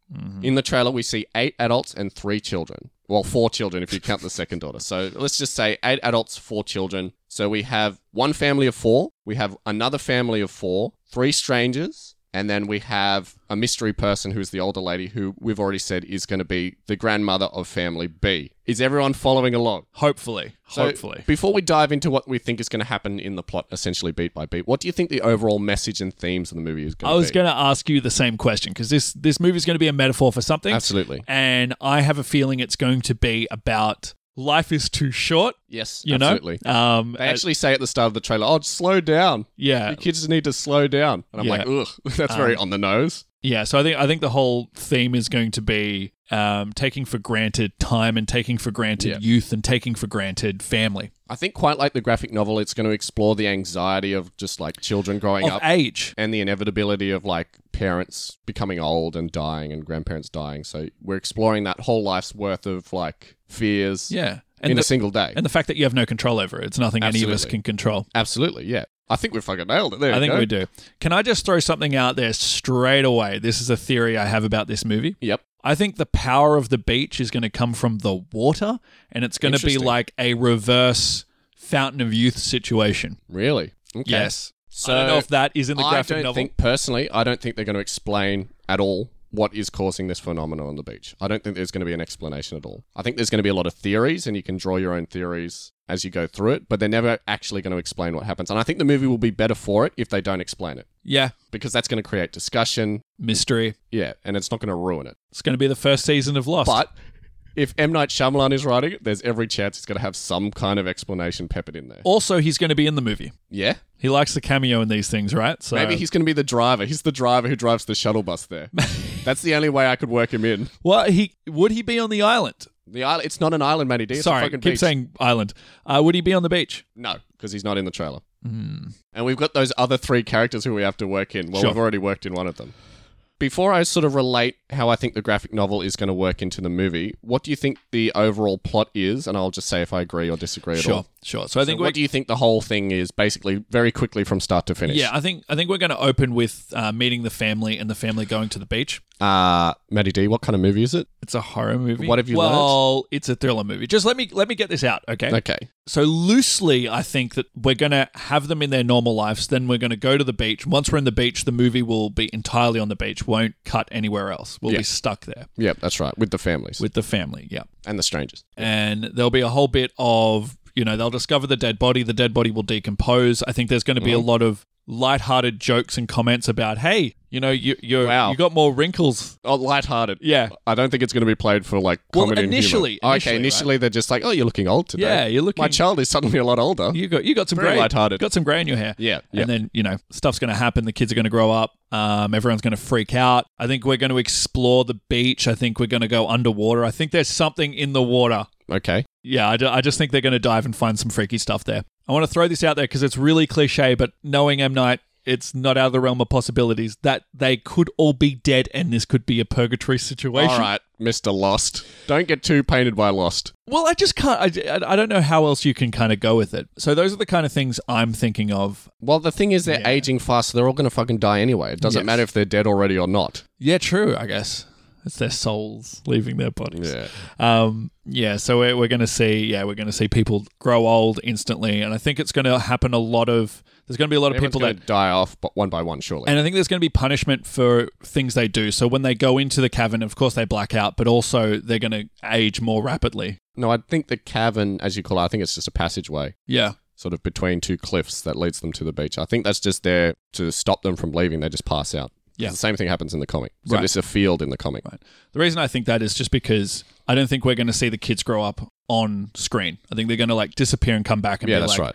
S2: In the trailer, we see eight adults and three children. Well, four children if you count the second daughter. So let's just say eight adults, four children. So we have one family of four, we have another family of four, three strangers, And then we have a mystery person who's the older lady who we've already said is going to be the grandmother of family B. Is everyone following along?
S4: Hopefully.
S2: So,
S4: hopefully.
S2: Before we dive into what we think is going to happen in the plot, essentially beat by beat, what do you think the overall message and themes of the movie is going
S3: I
S2: to be?
S3: was going to ask you the same question because this this movie is going to be a metaphor for something.
S2: Absolutely.
S3: And I have a feeling it's going to be about life is too short.
S2: Yes,
S3: You
S2: absolutely.
S3: know, um,
S2: They actually say at the start of the trailer, "Oh, slow down.
S3: yeah,
S2: You kids need to slow down." And I'm
S3: Uh, Yeah. Um,
S2: like, "Ugh, <laughs> that's very on the nose."
S3: yeah. So I think I think the whole theme is going to be um, taking for granted time and taking for granted
S2: Yeah.
S3: youth and taking for granted family
S2: I think quite like the graphic novel, it's going to explore the anxiety of just like children growing
S3: of
S2: up
S3: age.
S2: and the inevitability of like parents becoming old and dying and grandparents dying. So we're exploring that whole life's worth of like fears
S3: Yeah,
S2: in
S3: and
S2: a
S3: the,
S2: single day.
S3: and the fact that you have no control over it. It's nothing any of us
S2: Absolutely.
S3: can control.
S2: Absolutely, yeah. I think we fucking nailed it there.
S3: I
S2: you
S3: think
S2: go.
S3: we do. Can I just throw something out there straight away? This is a theory I have about this movie.
S2: Yep.
S3: I think the power of the beach is going to come from the water, and it's going to be
S2: Interesting.
S3: like a reverse Fountain of Youth situation.
S2: Really? Okay.
S3: Yes.
S2: So
S3: I don't know if that is in the graphic
S2: I don't
S3: novel.
S2: think personally, I don't think they're going to explain at all what is causing this phenomenon on the beach. I don't think there's going to be an explanation at all. I think there's going to be a lot of theories, and you can draw your own theories as you go through it, but they're never actually going to explain what happens. And I think the movie will be better for it if they don't explain it,
S3: yeah,
S2: because that's going to create discussion.
S3: mystery.
S2: Yeah, and it's not going to ruin it.
S3: It's going to be the first season of Lost.
S2: But if M Night Shyamalan is writing it, there's every chance it's going to have some kind of explanation peppered in there.
S3: also, he's going to be in the movie.
S2: Yeah,
S3: He likes the cameo in these things, right? So
S2: maybe he's going to be the driver. He's the driver who drives the shuttle bus
S3: <laughs>
S2: there. that's the only way I could work him in.
S3: well, he would he be on the island?
S2: The island, it's not an island, Matty D. It's a
S3: Sorry,
S2: fucking
S3: keep
S2: beach.
S3: saying island. Uh, would he be on the beach?
S2: no because he's not in the trailer. And we've got those other three characters who we have to work in. Well,
S3: Hmm. Sure.
S2: we've already worked in one of them. Before I sort of relate how I think the graphic novel is going to work into the movie, what do you think the overall plot is? And I'll just say if I agree or disagree at all.
S3: Sure, sure. So I think
S2: So
S3: we're
S2: what do you think the whole thing is, basically, very quickly from start to finish?
S3: Yeah, I think I think we're going to open with uh, meeting the family and the family going to the beach.
S2: Uh, Matty D, what kind of movie is it?
S3: It's a horror movie.
S2: What have you
S3: well,
S2: learnt?
S3: it's a thriller movie. Just let me let me get this out, okay?
S2: Okay.
S3: So loosely, I think that we're going to have them in their normal lives. Then we're going to go to the beach. Once we're in the beach, the movie will be entirely on the beach. Won't cut anywhere else. We'll
S2: Yeah.
S3: be stuck there
S2: Yeah, that's right. With the families
S3: with the family. Yeah,
S2: and the strangers.
S3: and there'll be a whole bit of you know they'll discover the dead body. The dead body will decompose. I think there's going to be a
S2: Mm-hmm.
S3: lot of light-hearted jokes and comments about hey you know you you're,
S2: Wow.
S3: you got more wrinkles
S2: Oh, lighthearted.
S3: Yeah.
S2: I don't think it's going to be played for like
S3: Well,
S2: comedy. and humor.
S3: initially- initially,
S2: okay, initially they're just like, oh, you're looking old today.
S3: Yeah, you're looking-
S2: My child is suddenly a lot older.
S3: You got you got some
S2: Very
S3: gray
S2: lighthearted.
S3: Got some gray in your hair.
S2: Yeah,
S3: And
S2: yeah.
S3: then, you know, stuff's going to happen. The kids are going to grow up. Um, everyone's going to freak out. I think we're going to explore the beach. I think we're going to go underwater. I think there's something in the water.
S2: Okay,
S3: Yeah, I, ju- I just think they're going to dive and find some freaky stuff there. I want to throw this out there because it's really cliche, but knowing M. Night, it's not out of the realm of possibilities that they could all be dead and this could be a purgatory situation.
S2: all right, Mister Lost. Don't get too painted by Lost.
S3: Well, I just can't. I, I- I don't know how else you can kind of go with it. So, those are the kind of things I'm thinking of
S2: Well, the thing is, they're
S3: Yeah.
S2: aging fast, so they're all going to fucking die anyway. It doesn't
S3: Yes.
S2: matter if they're dead already or not.
S3: Yeah, true. I guess it's their souls leaving their bodies.
S2: Yeah,
S3: Um, yeah. So we're, we're going to see. Yeah, we're going to see people grow old instantly, and I think it's going to happen a lot of. There's going to be a lot of
S2: Everyone's
S3: people
S2: going
S3: that.
S2: to die off, but one by one, surely.
S3: And I think there's going to be punishment for things they do. So when they go into the cavern, of course they black out, but also they're going to age more rapidly.
S2: no, I think the cavern, as you call it, I think it's just a passageway.
S3: Yeah.
S2: Sort of between two cliffs that leads them to the beach. I think that's just there to stop them from leaving. They just pass out.
S3: Yeah.
S2: the same thing happens in the comic. So
S3: Right.
S2: it's a field in the comic.
S3: Right. The reason I think that is just because I don't think we're going to see the kids grow up on screen. I think they're going to like disappear and come back and
S2: Yeah,
S3: be
S2: that's
S3: like,
S2: right.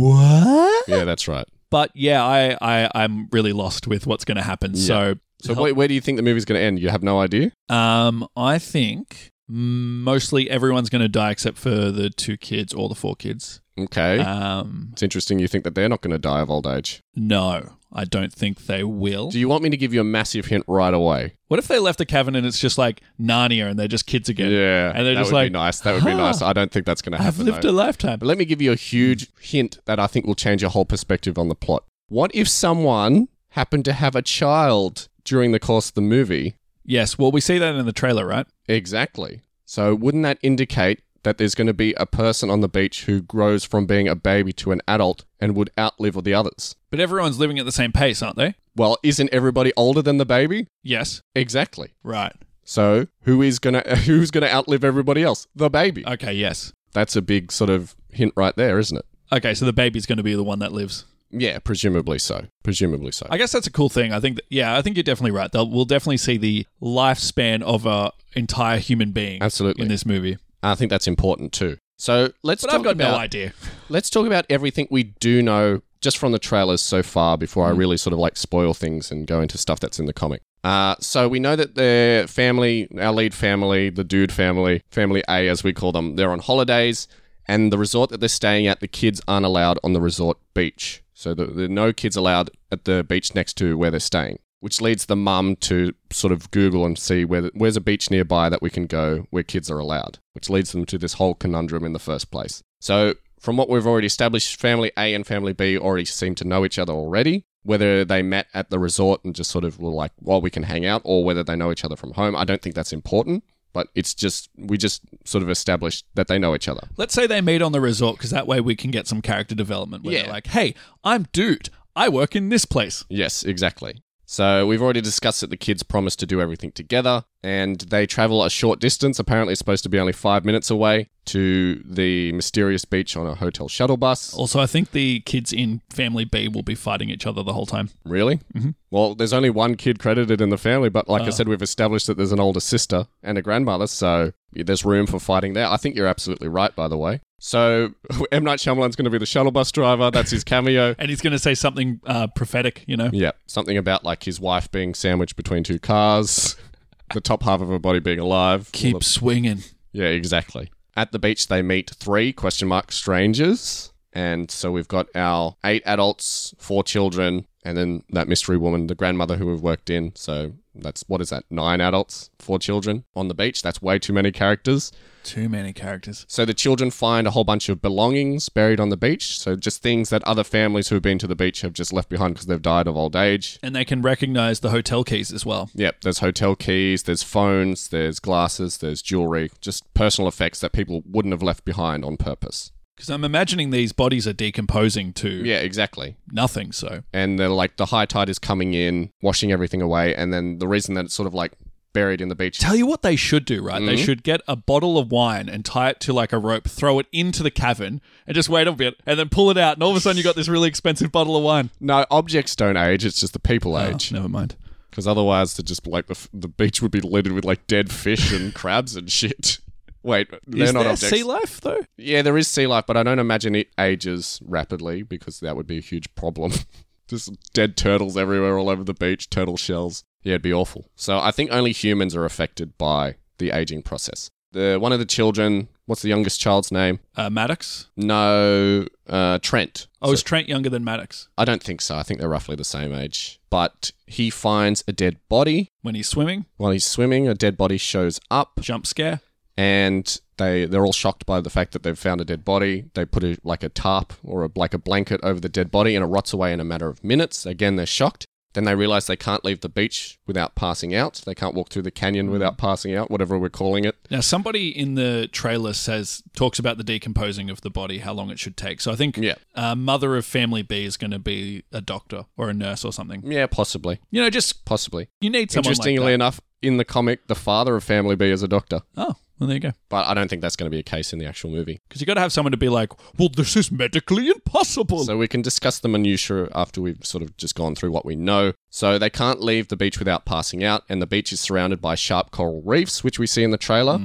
S3: What?
S2: Yeah,
S3: <laughs>
S2: that's right.
S3: but yeah, I, I I'm really lost with what's going to happen.
S2: So where, where do you think the movie's going to end? You have no idea.
S3: So, um, I think mostly everyone's going to die except for the two kids or the four kids.
S2: Okay,
S3: Um,
S2: it's interesting. You think that they're not going to die of old age.
S3: no, I don't think they will.
S2: Do you want me to give you a massive hint right away?
S3: what if they left the cavern and it's just like Narnia and they're just kids again?
S2: Yeah,
S3: And they're
S2: that
S3: just
S2: would
S3: like,
S2: be nice. That would be
S3: "Huh,
S2: nice. I don't think that's going to
S3: I've
S2: happen.
S3: lived
S2: though.
S3: a lifetime.
S2: But let me give you a huge hint that I think will change your whole perspective on the plot. What if someone happened to have a child during the course of the movie?
S3: Yes, well, we see that in the trailer, right?
S2: Exactly. So wouldn't that indicate that there's going to be a person on the beach who grows from being a baby to an adult and would outlive all the others?
S3: But everyone's living at the same pace, aren't they?
S2: Well, isn't everybody older than the baby?
S3: Yes.
S2: Exactly.
S3: Right.
S2: So who is gonna <laughs> who's gonna outlive everybody else? The baby.
S3: Okay, yes.
S2: That's a big sort of hint right there, isn't it?
S3: Okay, so the baby's going to be the one that lives.
S2: Yeah, presumably so. Presumably so.
S3: I guess that's a cool thing. I think, that, yeah, I think you're definitely right. They'll, we'll definitely see the lifespan of a entire human being
S2: Absolutely.
S3: in this movie.
S2: I think that's important too. So let's
S3: But
S2: talk
S3: I've got
S2: about
S3: no idea.
S2: let's talk about everything we do know just from the trailers so far before I really sort of like spoil things and go into stuff that's in the comic. Uh, so we know that the family, our lead family, the dude family, family A as we call them, they're on holidays, and the resort that they're staying at, the kids aren't allowed on the resort beach. So the, the no kids allowed at the beach next to where they're staying, which leads the mum to sort of Google and see where where's a beach nearby that we can go where kids are allowed, which leads them to this whole conundrum in the first place. So from what we've already established, family A and family B already seem to know each other already. Whether they met at the resort and just sort of were like, well, we can hang out, or whether they know each other from home, I don't think that's important. But it's just, we just sort of established that they know each other.
S3: Let's say they meet on the resort because that way we can get some character development where
S2: Yeah.
S3: they're like, hey, I'm dude. I work in this place.
S2: Yes, exactly. So we've already discussed that the kids promise to do everything together, and they travel a short distance. Apparently, it's supposed to be only five minutes away to the mysterious beach on a hotel shuttle bus.
S3: Also, I think the kids in Family B will be fighting each other the whole time.
S2: Really? Mm-hmm. Well, there's only one kid credited in the family, but like I said, we've established that there's an older sister and a grandmother, so there's room for fighting there. I think you're absolutely right, by the way. So <laughs> M Night Shyamalan's going to be the shuttle bus driver. That's his
S3: <laughs>
S2: cameo.
S3: And he's going to say something uh, prophetic, you know?
S2: yeah, something about like his wife being sandwiched between two cars, <laughs> the top half of her body being alive.
S3: Keep swinging.
S2: Yeah, exactly. At the beach, they meet three question mark strangers, and so we've got our eight adults, four children, and then that mystery woman, the grandmother who we've worked in. So that's what is that? Nine adults, four children on the beach. That's way too many characters.
S3: Too many characters.
S2: So the children find a whole bunch of belongings buried on the beach. So just things that other families who have been to the beach have just left behind because they've died of old age.
S3: And they can recognize the hotel keys as well.
S2: Yep, there's hotel keys, there's phones, there's glasses, there's jewelry, just personal effects that people wouldn't have left behind on purpose.
S3: Because I'm imagining these bodies are decomposing to
S2: Yeah, exactly.
S3: nothing, so.
S2: And they're like the high tide is coming in, washing everything away, and then the reason that it's sort of like buried in the beach.
S3: Tell you what they should do, right?
S2: Mm-hmm.
S3: They should get a bottle of wine and tie it to like a rope, throw it into the cavern, and just wait a bit, and then pull it out, and all of a sudden you got this really expensive bottle of wine.
S2: No, objects don't age; it's just the people age.
S3: Never mind.
S2: Because otherwise, they're just like the, f- the beach would be littered with like dead fish and <laughs> crabs and shit. Wait, they're
S3: Is
S2: not
S3: there
S2: objects.
S3: sea life though?
S2: Yeah, there is sea life, but I don't imagine it ages rapidly because that would be a huge problem. <laughs> Just dead turtles everywhere, all over the beach, turtle shells. Yeah, it'd be awful. So I think only humans are affected by the aging process. The one of the children, what's the youngest child's name?
S3: Uh, Maddox.
S2: No, uh, Trent.
S3: Oh, is Trent younger than Maddox
S2: I don't think so. I think they're roughly the same age. But he finds a dead body
S3: when he's swimming?
S2: while he's swimming. A dead body shows up.
S3: Jump scare.
S2: and they they're all shocked by the fact that they've found a dead body. They put a, like a tarp or a, like a blanket over the dead body, and it rots away in a matter of minutes. Again, they're shocked. Then they realize they can't leave the beach without passing out. They can't walk through the
S3: Mm.
S2: canyon without passing out, whatever we're calling it.
S3: Now, somebody in the trailer says talks about the decomposing of the body, how long it should take. So I think
S2: Yeah.
S3: uh, mother of family B is going to be a doctor or a nurse or something.
S2: Yeah, possibly,
S3: You know, just
S2: possibly.
S3: you need someone like
S2: Interestingly
S3: that.
S2: enough, in the comic, the father of Family B is a doctor,
S3: Oh, well, there you go.
S2: but I don't think that's going to be a case in the actual movie.
S3: Because you got to have someone to be like, well, this is medically impossible.
S2: So we can discuss the minutiae after we've sort of just gone through what we know. So they can't leave the beach without passing out, and the beach is surrounded by sharp coral reefs, which we see in the trailer,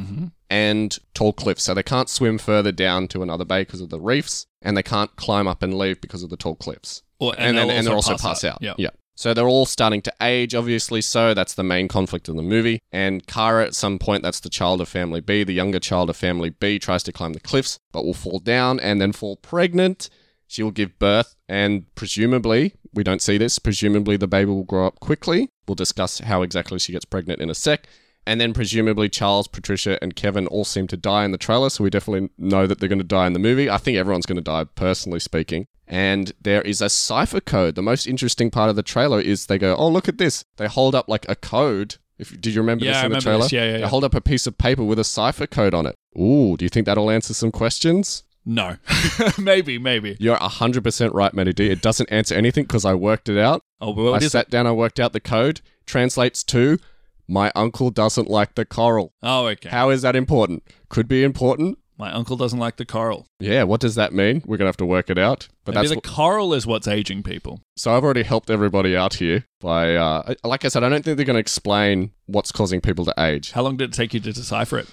S2: and tall cliffs. So they can't swim further down to another bay because of the reefs, and they can't climb up and leave because of the tall cliffs.
S3: Or-
S2: and, then,
S3: they'll
S2: and they're also pass out.
S3: Yeah.
S2: yeah. So they're all starting to age, obviously. So that's the main conflict in the movie. And Kara, at some point, that's the child of family B, the younger child of family B, tries to climb the cliffs, but will fall down and then fall pregnant. She will give birth, and presumably, we don't see this, presumably the baby will grow up quickly. We'll discuss how exactly she gets pregnant in a sec. And then, presumably, Charles, Patricia, and Kevin all seem to die in the trailer, so we definitely know that they're going to die in the movie. I think everyone's going to die, personally speaking. And there is a cipher code. The most interesting part of the trailer is they go, "Oh, look at this!" They hold up like a code. If did you remember
S3: Yeah,
S2: this
S3: I
S2: in the
S3: remember
S2: trailer?
S3: this. Yeah, yeah,
S2: They
S3: yeah.
S2: hold up a piece of paper with a cipher code on it. Ooh, do you think that'll answer some questions?
S3: No. <laughs> maybe, maybe.
S2: You're 100% right, Matty D. It doesn't answer anything because I worked it out.
S3: Oh, well,
S2: I
S3: it is.
S2: sat down, I worked out the code. Translates to, my uncle doesn't like the coral.
S3: Oh, okay.
S2: How is that important? Could be important.
S3: My uncle doesn't like the coral.
S2: Yeah, what does that mean? We're going to have to work it out. But
S3: Maybe
S2: that's
S3: the coral is what's aging people.
S2: So I've already helped everybody out here by, uh, like I said, I don't think they're going to explain what's causing people to age.
S3: How long did it take you to decipher it?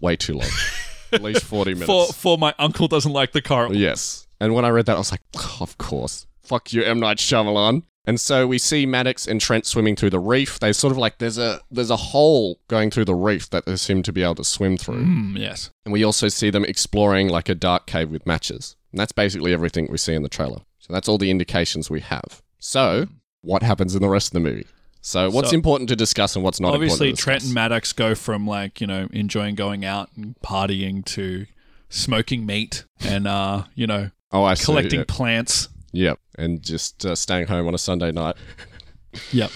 S2: Way too
S3: <laughs>
S2: long, at least forty minutes.
S3: For for my uncle doesn't like the coral.
S2: Yes. And when I read that, I was like, "Oh, of course. Fuck you, M Night Shyamalan. And so we see Maddox and Trent swimming through the reef. They sort of like there's a there's a hole going through the reef that they seem to be able to swim through.
S3: Mm, yes.
S2: And we also see them exploring like a dark cave with matches. And that's basically everything we see in the trailer. So that's all the indications we have. So, what happens in the rest of the movie? So, what's
S3: So-
S2: important to discuss and what's not
S3: Obviously,
S2: important to
S3: Trent and
S2: discuss?
S3: Maddox go from like you know enjoying going out and partying to smoking meat and uh you
S2: <laughs>
S3: know
S2: oh, I see,
S3: collecting
S2: yeah.
S3: plants.
S2: Yep. And just uh, staying home on a Sunday night. <laughs>
S3: Yep.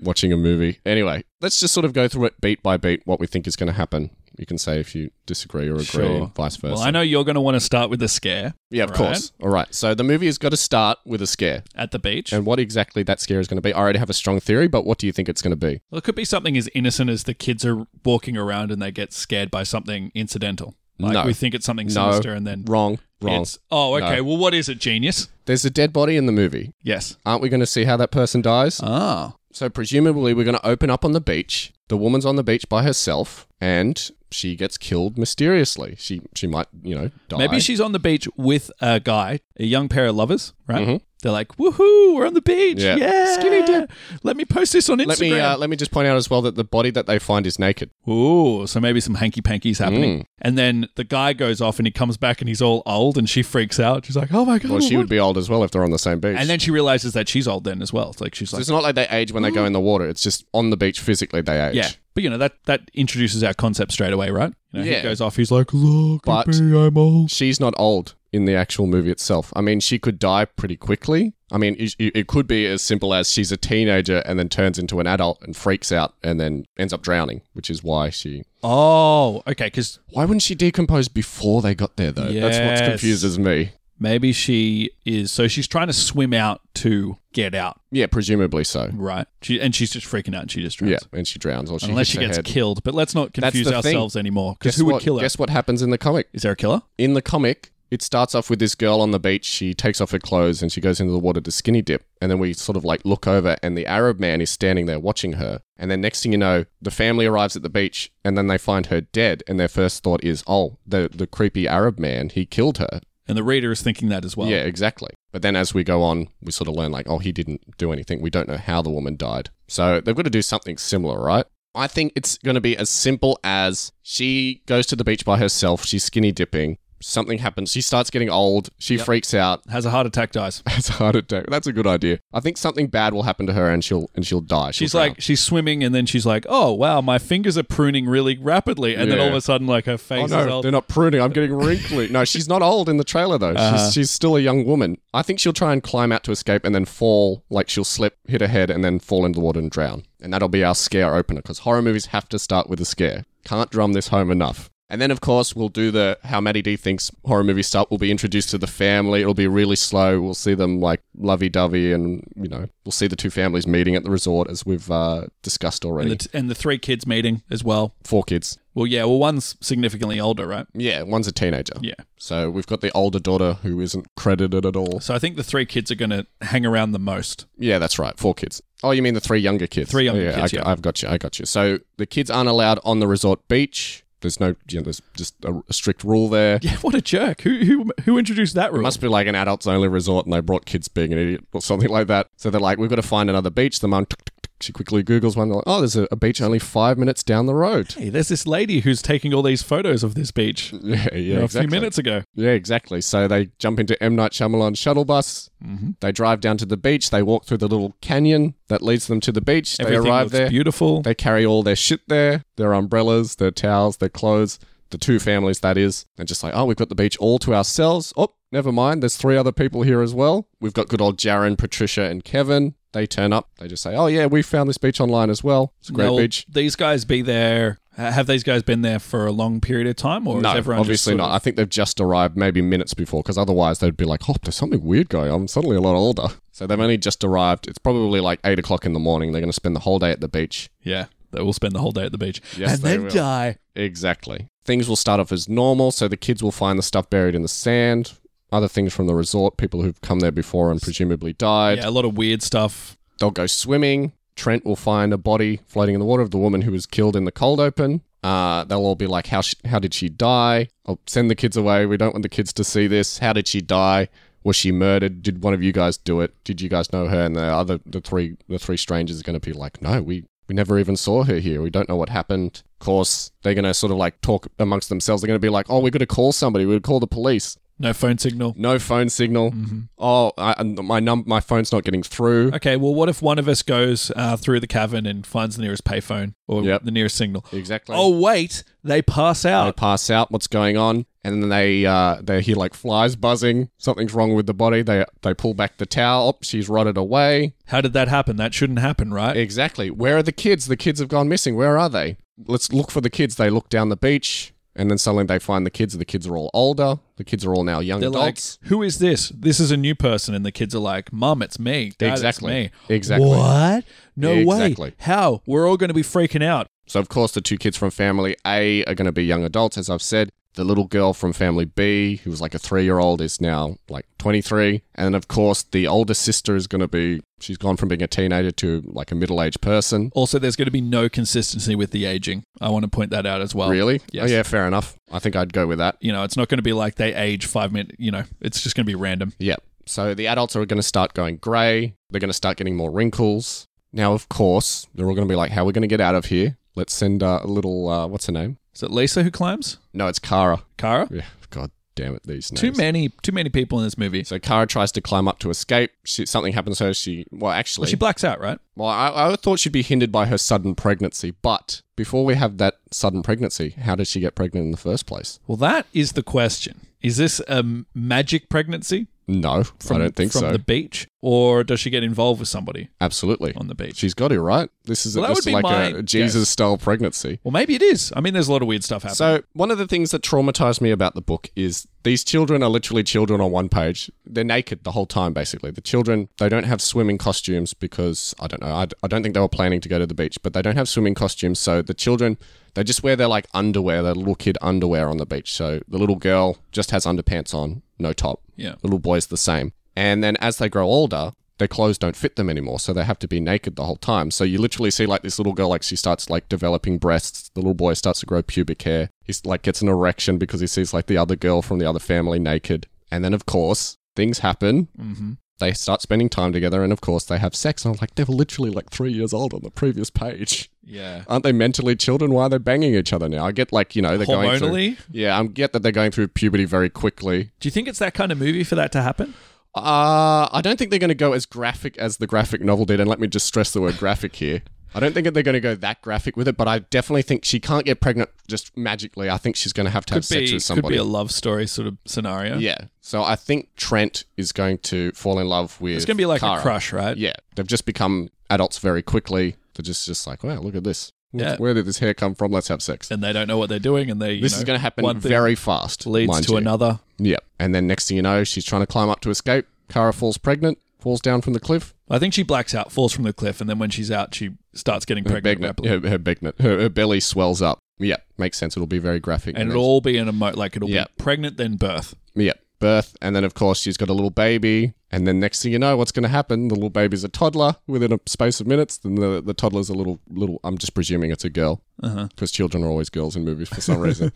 S2: watching a movie. Anyway, let's just sort of go through it beat by beat what we think is going to happen. You can say if you disagree or agree,
S3: Sure.
S2: and vice versa.
S3: Well, I know you're going to want to start with the scare
S2: yeah, of
S3: All
S2: course. All right. So the movie has got to start with a scare.
S3: at the beach.
S2: And what exactly that scare is going to be, I already have a strong theory, but what do you think it's going to be?
S3: Well, it could be something as innocent as the kids are walking around and they get scared by something incidental. Like
S2: No.
S3: we think it's something
S2: No.
S3: sinister and then
S2: Wrong. Wrong.
S3: it's oh okay.
S2: No.
S3: Well, what is it, genius?
S2: There's a dead body in the movie.
S3: Yes.
S2: Aren't we going to see how that person dies?
S3: Ah.
S2: So presumably we're going to open up on the beach. The woman's on the beach by herself, and she gets killed mysteriously. She she might you know die.
S3: Maybe she's on the beach with a guy, a young pair of lovers, right? They're like, woohoo, we're on the beach.
S2: Mm-hmm. Yeah.
S3: Yeah.
S2: Skinny dip.
S3: Let me post this on Instagram.
S2: Let me uh, let me just point out as well that the body that they find is naked.
S3: Ooh, so maybe some hanky panky's
S2: Mm.
S3: happening. And then the guy goes off and he comes back and he's all old and she freaks out. She's like, oh my God.
S2: Well, she
S3: what-
S2: would be old as well if they're on the same beach.
S3: and then she realizes that she's old then as well. It's like, she's
S2: so
S3: like,
S2: it's not like they age when they go in the water. It's just on the beach physically they age.
S3: Yeah, but you know that that introduces our concept straight away, right? You know,
S2: Yeah.
S3: he goes off. He's like, "Look
S2: But-
S3: at me, I'm old."
S2: She's not old in the actual movie itself. I mean, she could die pretty quickly. I mean, it, it it could be as simple as she's a teenager and then turns into an adult and freaks out and then ends up drowning, which is why she.
S3: Oh, okay. Because
S2: Why wouldn't she decompose before they got there, though? That's what
S3: Yes.
S2: confuses me.
S3: maybe she is. So she's trying to swim out to get out,
S2: Yeah, presumably so.
S3: right? She and she's just freaking out. and She just drowns.
S2: Yeah, and she drowns or she
S3: Unless
S2: hits
S3: she
S2: her
S3: gets
S2: head.
S3: killed, but let's not confuse
S2: the thing.
S3: ourselves anymore. Because
S2: Guess
S3: who
S2: what-
S3: would kill her?
S2: Guess what happens in the comic?
S3: Is there a killer?
S2: in the comic, it starts off with this girl on the beach. She takes off her clothes and she goes into the water to skinny dip. And then we sort of like look over, and the Arab man is standing there watching her. And then next thing you know, the family arrives at the beach, and then they find her dead. And their first thought is, "Oh, the the creepy Arab man, he killed her."
S3: And the reader is thinking that as well.
S2: yeah, exactly. But then as we go on, we sort of learn like, "Oh, he didn't do anything. We don't know how the woman died." So they've got to do something similar, right? I think it's going to be as simple as she goes to the beach by herself. She's skinny dipping. Something happens. She starts getting old. She freaks out. <laughs>
S3: Has a heart attack, dies.
S2: Has a heart attack. That's a good idea. I think something bad will happen to her, and she'll and she'll die. She'll
S3: She's
S2: drown.
S3: like she's swimming, and then she's like, "Oh wow, my fingers are pruning really rapidly," and then
S2: Yeah.
S3: all of a sudden, like her
S2: Oh
S3: face is
S2: no,
S3: all
S2: they're not pruning. I'm getting wrinkly. No, she's not old in the trailer though.
S3: Uh-huh.
S2: She's, she's still a young woman. I think she'll try and climb out to escape and then fall. Like she'll slip, hit her head, and then fall into the water and drown. And that'll be our scare opener because horror movies have to start with a scare. Can't drum this home enough. And then, of course, we'll do the how Maddie D thinks horror movies start. We'll be introduced to the family. It'll be really slow. We'll see them like lovey dovey, and you know, we'll see the two families meeting at the resort as we've uh, discussed already.
S3: and the, t- and the three kids meeting as well.
S2: Four kids.
S3: Well, yeah. Well, one's significantly older, right?
S2: Yeah, one's a teenager.
S3: Yeah.
S2: So we've got the older daughter who isn't credited at all.
S3: So I think the three kids are going to hang around the most. <laughs>
S2: Yeah, that's right. Four kids. Oh, you mean the three younger kids?
S3: Three younger
S2: yeah,
S3: kids,
S2: I,
S3: yeah.
S2: I've got you. I got you. So the kids aren't allowed on the resort beach. There's no, you know, there's just a, a strict rule there.
S3: Yeah, what a jerk! Who who who introduced that rule?
S2: It must be like an adults only resort and they brought kids being an idiot or something like that. So they're like, we've got to find another beach. The mum, tuk, tuk, tuk, she quickly Googles one. They're like, oh, there's a, a beach only five minutes down the road. <laughs>
S3: hey, there's this lady who's taking all these photos of this beach
S2: Yeah, yeah,
S3: you know,
S2: exactly.
S3: a few minutes ago.
S2: Yeah, exactly. So they jump into M. Night Shyamalan's shuttle bus.
S3: Mm-hmm.
S2: They drive down to the beach. They walk through the little canyon that leads them to the beach.
S3: Everything
S2: they arrive
S3: looks
S2: there.
S3: beautiful.
S2: They carry all their shit there their umbrellas, their towels, their clothes, the two families, that is. They're just like, oh, we've got the beach all to ourselves. Oh, never mind. There's three other people here as well. We've got good old Jaron, Patricia, and Kevin. They turn up. They just say, oh, yeah, we found this beach online as well. It's a great
S3: They'll-
S2: beach.
S3: These guys be there Uh, have these guys been there for a long period of time, or
S2: No,
S3: is everyone just
S2: obviously
S3: sort
S2: not. I think they've just arrived maybe minutes before because otherwise they'd be like, oh, there's something weird going on. I'm suddenly a lot older. So they've only just arrived. It's probably like 8 o'clock in the morning. They're going to spend the whole day at the beach.
S3: of- yeah, they will spend the whole day at the beach
S2: Yes,
S3: and
S2: they
S3: then
S2: will.
S3: die.
S2: Exactly. Things will start off as normal. So the kids will find the stuff buried in the sand, other things from the resort, people who've come there before and presumably died.
S3: Yeah, a lot of weird stuff.
S2: They'll go swimming. Trent will find a body floating in the water of the woman who was killed in the cold open. Uh, they'll all be like, how, sh- how did she die? I'll send the kids away. We don't want the kids to see this. How did she die? Was she murdered? Did one of you guys do it? Did you guys know her? And the other, the three, the three strangers are going to be like, no, we, we never even saw her here. We don't know what happened. Of course, they're going to sort of like talk amongst themselves. They're going to be like, oh, we're going to call somebody. We'll call the police.
S3: No phone signal.
S2: No phone signal. Oh, I, and my num- my phone's not getting through.
S3: Mm-hmm. Okay, well, what if one of us goes uh, through the cavern and finds the nearest payphone or
S2: Yep.
S3: the nearest signal?
S2: Exactly.
S3: Oh wait, they pass
S2: They
S3: out.
S2: pass out. What's going on? And then they uh, they hear like flies buzzing. Something's wrong with the body. They they pull back the towel. Oh, she's rotted away.
S3: How did that happen? That shouldn't happen, right?
S2: Exactly. Where are the kids? The kids have gone missing. Where are they? Let's look for the kids. They look down the beach, and then suddenly they find the kids. The kids are all older. The kids are all now young
S3: They're
S2: adults.
S3: like, "Who is this? This is a new person." And the kids are like, "Mom, it's me. Dad,
S2: Exactly.
S3: It's me.
S2: Exactly.
S3: What? No
S2: Exactly.
S3: way. How? We're all going to be freaking out.
S2: So of course the two kids from family A are going to be young adults, as I've said. The little girl from family B, who was like a three-year-old, is now like 23, and then of course the older sister is going to be. She's gone from being a teenager to like a middle-aged person.
S3: Also, there's going to be no consistency with the aging. I want to point that out as well.
S2: really?
S3: yes.
S2: Oh yeah, fair enough. I think I'd go with that.
S3: You know, it's not going to be like they age five minutes. You know, it's just going to be random.
S2: Yeah. So the adults are going to start going grey. They're going to start getting more wrinkles. Now, of course, they're all going to be like, "How are we going to get out of here? Let's send uh, a little. Uh, what's her name?
S3: Is it Lisa who climbs?
S2: No, it's Kara.
S3: Kara?
S2: Yeah. God damn it, these names.
S3: Too many, too many people in this movie.
S2: So Kara tries to climb up to escape. She, something happens to her. She well, actually,
S3: Well, she blacks out, right?
S2: well, I, I thought she'd be hindered by her sudden pregnancy. But before we have that sudden pregnancy, how did she get pregnant in the first place?
S3: Well, that is the question. Is this a m- magic pregnancy
S2: No, I don't think
S3: from
S2: so.
S3: the beach, or does she get involved with somebody
S2: Absolutely,
S3: on the beach?
S2: she's got it right. This is
S3: Well, that
S2: this
S3: would
S2: is
S3: be
S2: like
S3: my
S2: a
S3: guess.
S2: Jesus-style pregnancy.
S3: Well, maybe it is. I mean, there's a lot of weird stuff happening.
S2: So one of the things that traumatized me about the book is these children are literally children on one page. They're naked the whole time, basically. The children they don't have swimming costumes because I don't know. I, I don't think they were planning to go to the beach, but they don't have swimming costumes. So the children they just wear their like underwear, their little kid underwear on the beach. So the little girl just has underpants on, no top.
S3: Yeah.
S2: The little boy's the same. And then as they grow older, their clothes don't fit them anymore, so they have to be naked the whole time. So you literally see like this little girl, like she starts like developing breasts. The little boy starts to grow pubic hair. He's like gets an erection because he sees like the other girl from the other family naked. And then of course things happen.
S3: Mhm.
S2: They start spending time together, and of course they have sex. And I'm like, they were literally like three years old on the previous page.
S3: yeah,
S2: Aren't they mentally children? Why are they banging each other now? I get like you know they're going through.
S3: hormonally.
S2: Yeah, I get that they're going through puberty very quickly.
S3: Do you think it's that kind of movie for that to happen?
S2: Uh, I don't think they're going to go as graphic as the graphic novel did. And let me just stress the word graphic here. I don't think that they're going to go that graphic with it, but I definitely think she can't get pregnant just magically. I think she's going to have to have
S3: Could
S2: sex
S3: be,
S2: with
S3: could be
S2: somebody.
S3: a love story sort of scenario.
S2: yeah. So I think Trent is going to fall in love with.
S3: it's going to be like
S2: Kara.
S3: a crush, right?
S2: Yeah. They've just become adults very quickly. They're just, just like, wow, look at this.
S3: Yeah.
S2: Where did this hair come from? Let's have sex.
S3: And they don't know what they're doing, and they you
S2: This
S3: know,
S2: is going to happen
S3: One thing
S2: very fast.
S3: leads
S2: mind
S3: to
S2: you.
S3: another.
S2: Yeah. And then next thing you know, she's trying to climb up to escape. Kara falls pregnant, falls down from the cliff.
S3: I think she blacks out, falls from the cliff, and then when she's out, she starts getting pregnant
S2: Begna-
S3: rapidly.
S2: her, her, begna- her, her belly swells up. Yeah, makes sense. It'll be very graphic.
S3: And
S2: then-
S3: it'll all be in a mo like it'll
S2: Yeah.
S3: be pregnant then birth.
S2: yeah, birth, and then of course she's got a little baby, and then next thing you know, what's going to happen? The little baby's a toddler within a space of minutes. Then the the toddler's a little little. I'm just presuming it's a girl
S3: Uh-huh.
S2: because children are always girls in movies for some reason,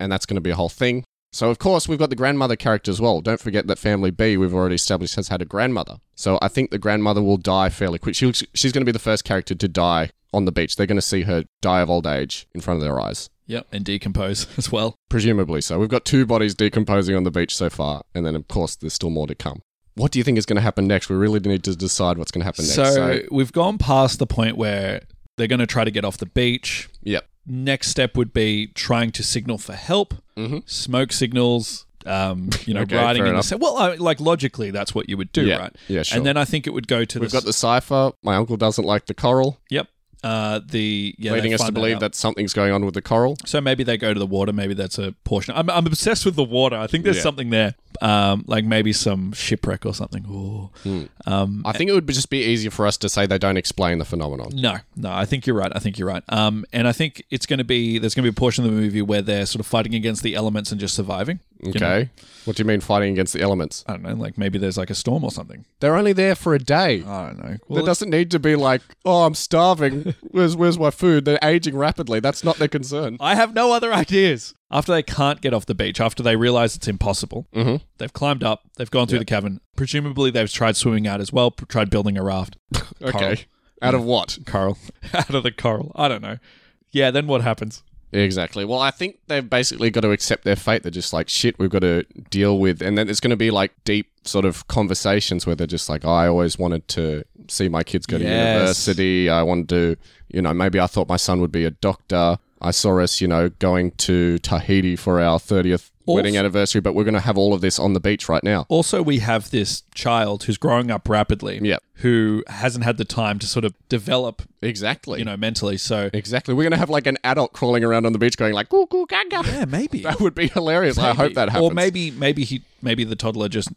S2: and that's going to be a whole thing. So of course we've got the grandmother character as well. Don't forget that family B we've already established has had a grandmother. So I think the grandmother will die fairly quick. She'll, she's going to be the first character to die on the beach. They're going to see her die of old age in front of their eyes.
S3: Yep, and decompose <laughs> as well.
S2: Presumably so. We've got two bodies decomposing on the beach so far, and then of course there's still more to come. What do you think is going to happen next? We really need to decide what's going to happen next.
S3: So, we've gone past the point where they're going to try to get off the beach.
S2: yep.
S3: Next step would be trying to signal for help,
S2: Mhm.
S3: smoke signals. Um, you know,
S2: Okay,
S3: riding
S2: fair
S3: in the
S2: enough.
S3: sa- well, I, like logically, that's what you would do,
S2: Yeah,
S3: right?
S2: yeah, sure.
S3: And then I think it would go to
S2: We've
S3: the
S2: got the cipher. My uncle doesn't like the coral.
S3: Yep. Uh, the yeah, they
S2: leading us to
S3: find
S2: believe
S3: out.
S2: that something's going on with the coral.
S3: So maybe they go to the water. Maybe that's a portion. I'm, I'm obsessed with the water. I think there's
S2: Yeah.
S3: something there, um, like maybe some shipwreck or something. Ooh. Um,
S2: I think it would be- just be easier for us to say they don't explain the phenomenon.
S3: No, no, I think you're right. I think you're right. Um, and I think it's going to be there's going to be a portion of the movie where they're sort of fighting against the elements and just surviving. You know?
S2: Okay. What do you mean fighting against the elements?
S3: I don't know. Like maybe there's like a storm or something.
S2: They're only there for a day.
S3: I don't know.
S2: there doesn't need to be like, oh, I'm
S3: <laughs>
S2: starving. Where's where's my food? They're aging rapidly. That's not their concern.
S3: I have no other ideas. After they can't get off the beach, after they realize it's impossible,
S2: Mhm.
S3: they've climbed up, they've gone through the cavern. Presumably, they've tried swimming out as well, p- tried building a raft. Coral.
S2: Okay. Out of what?
S3: Coral. <laughs> out of the coral. I don't know. Yeah, then what happens?
S2: Exactly. Well, I think they've basically got to accept their fate. They're just like, shit, we've got to deal with. And then it's going to be like deep sort of conversations where they're just like, I always wanted to see my kids go to
S3: Yes.
S2: university. I wanted to, you know, maybe I thought my son would be a doctor. I saw us, you know, going to Tahiti for our 30th wedding anniversary, but we're going to have all of this on the beach right now.
S3: Also, we have this child who's growing up rapidly,
S2: Yep.
S3: who hasn't had the time to sort of develop,
S2: Exactly.
S3: you know, mentally. So,
S2: exactly. We're going to have like an adult crawling around on the beach going like, "Goo goo gaga."
S3: yeah, maybe.
S2: That would be hilarious. I hope that happens.
S3: Or maybe, maybe he, maybe the toddler just,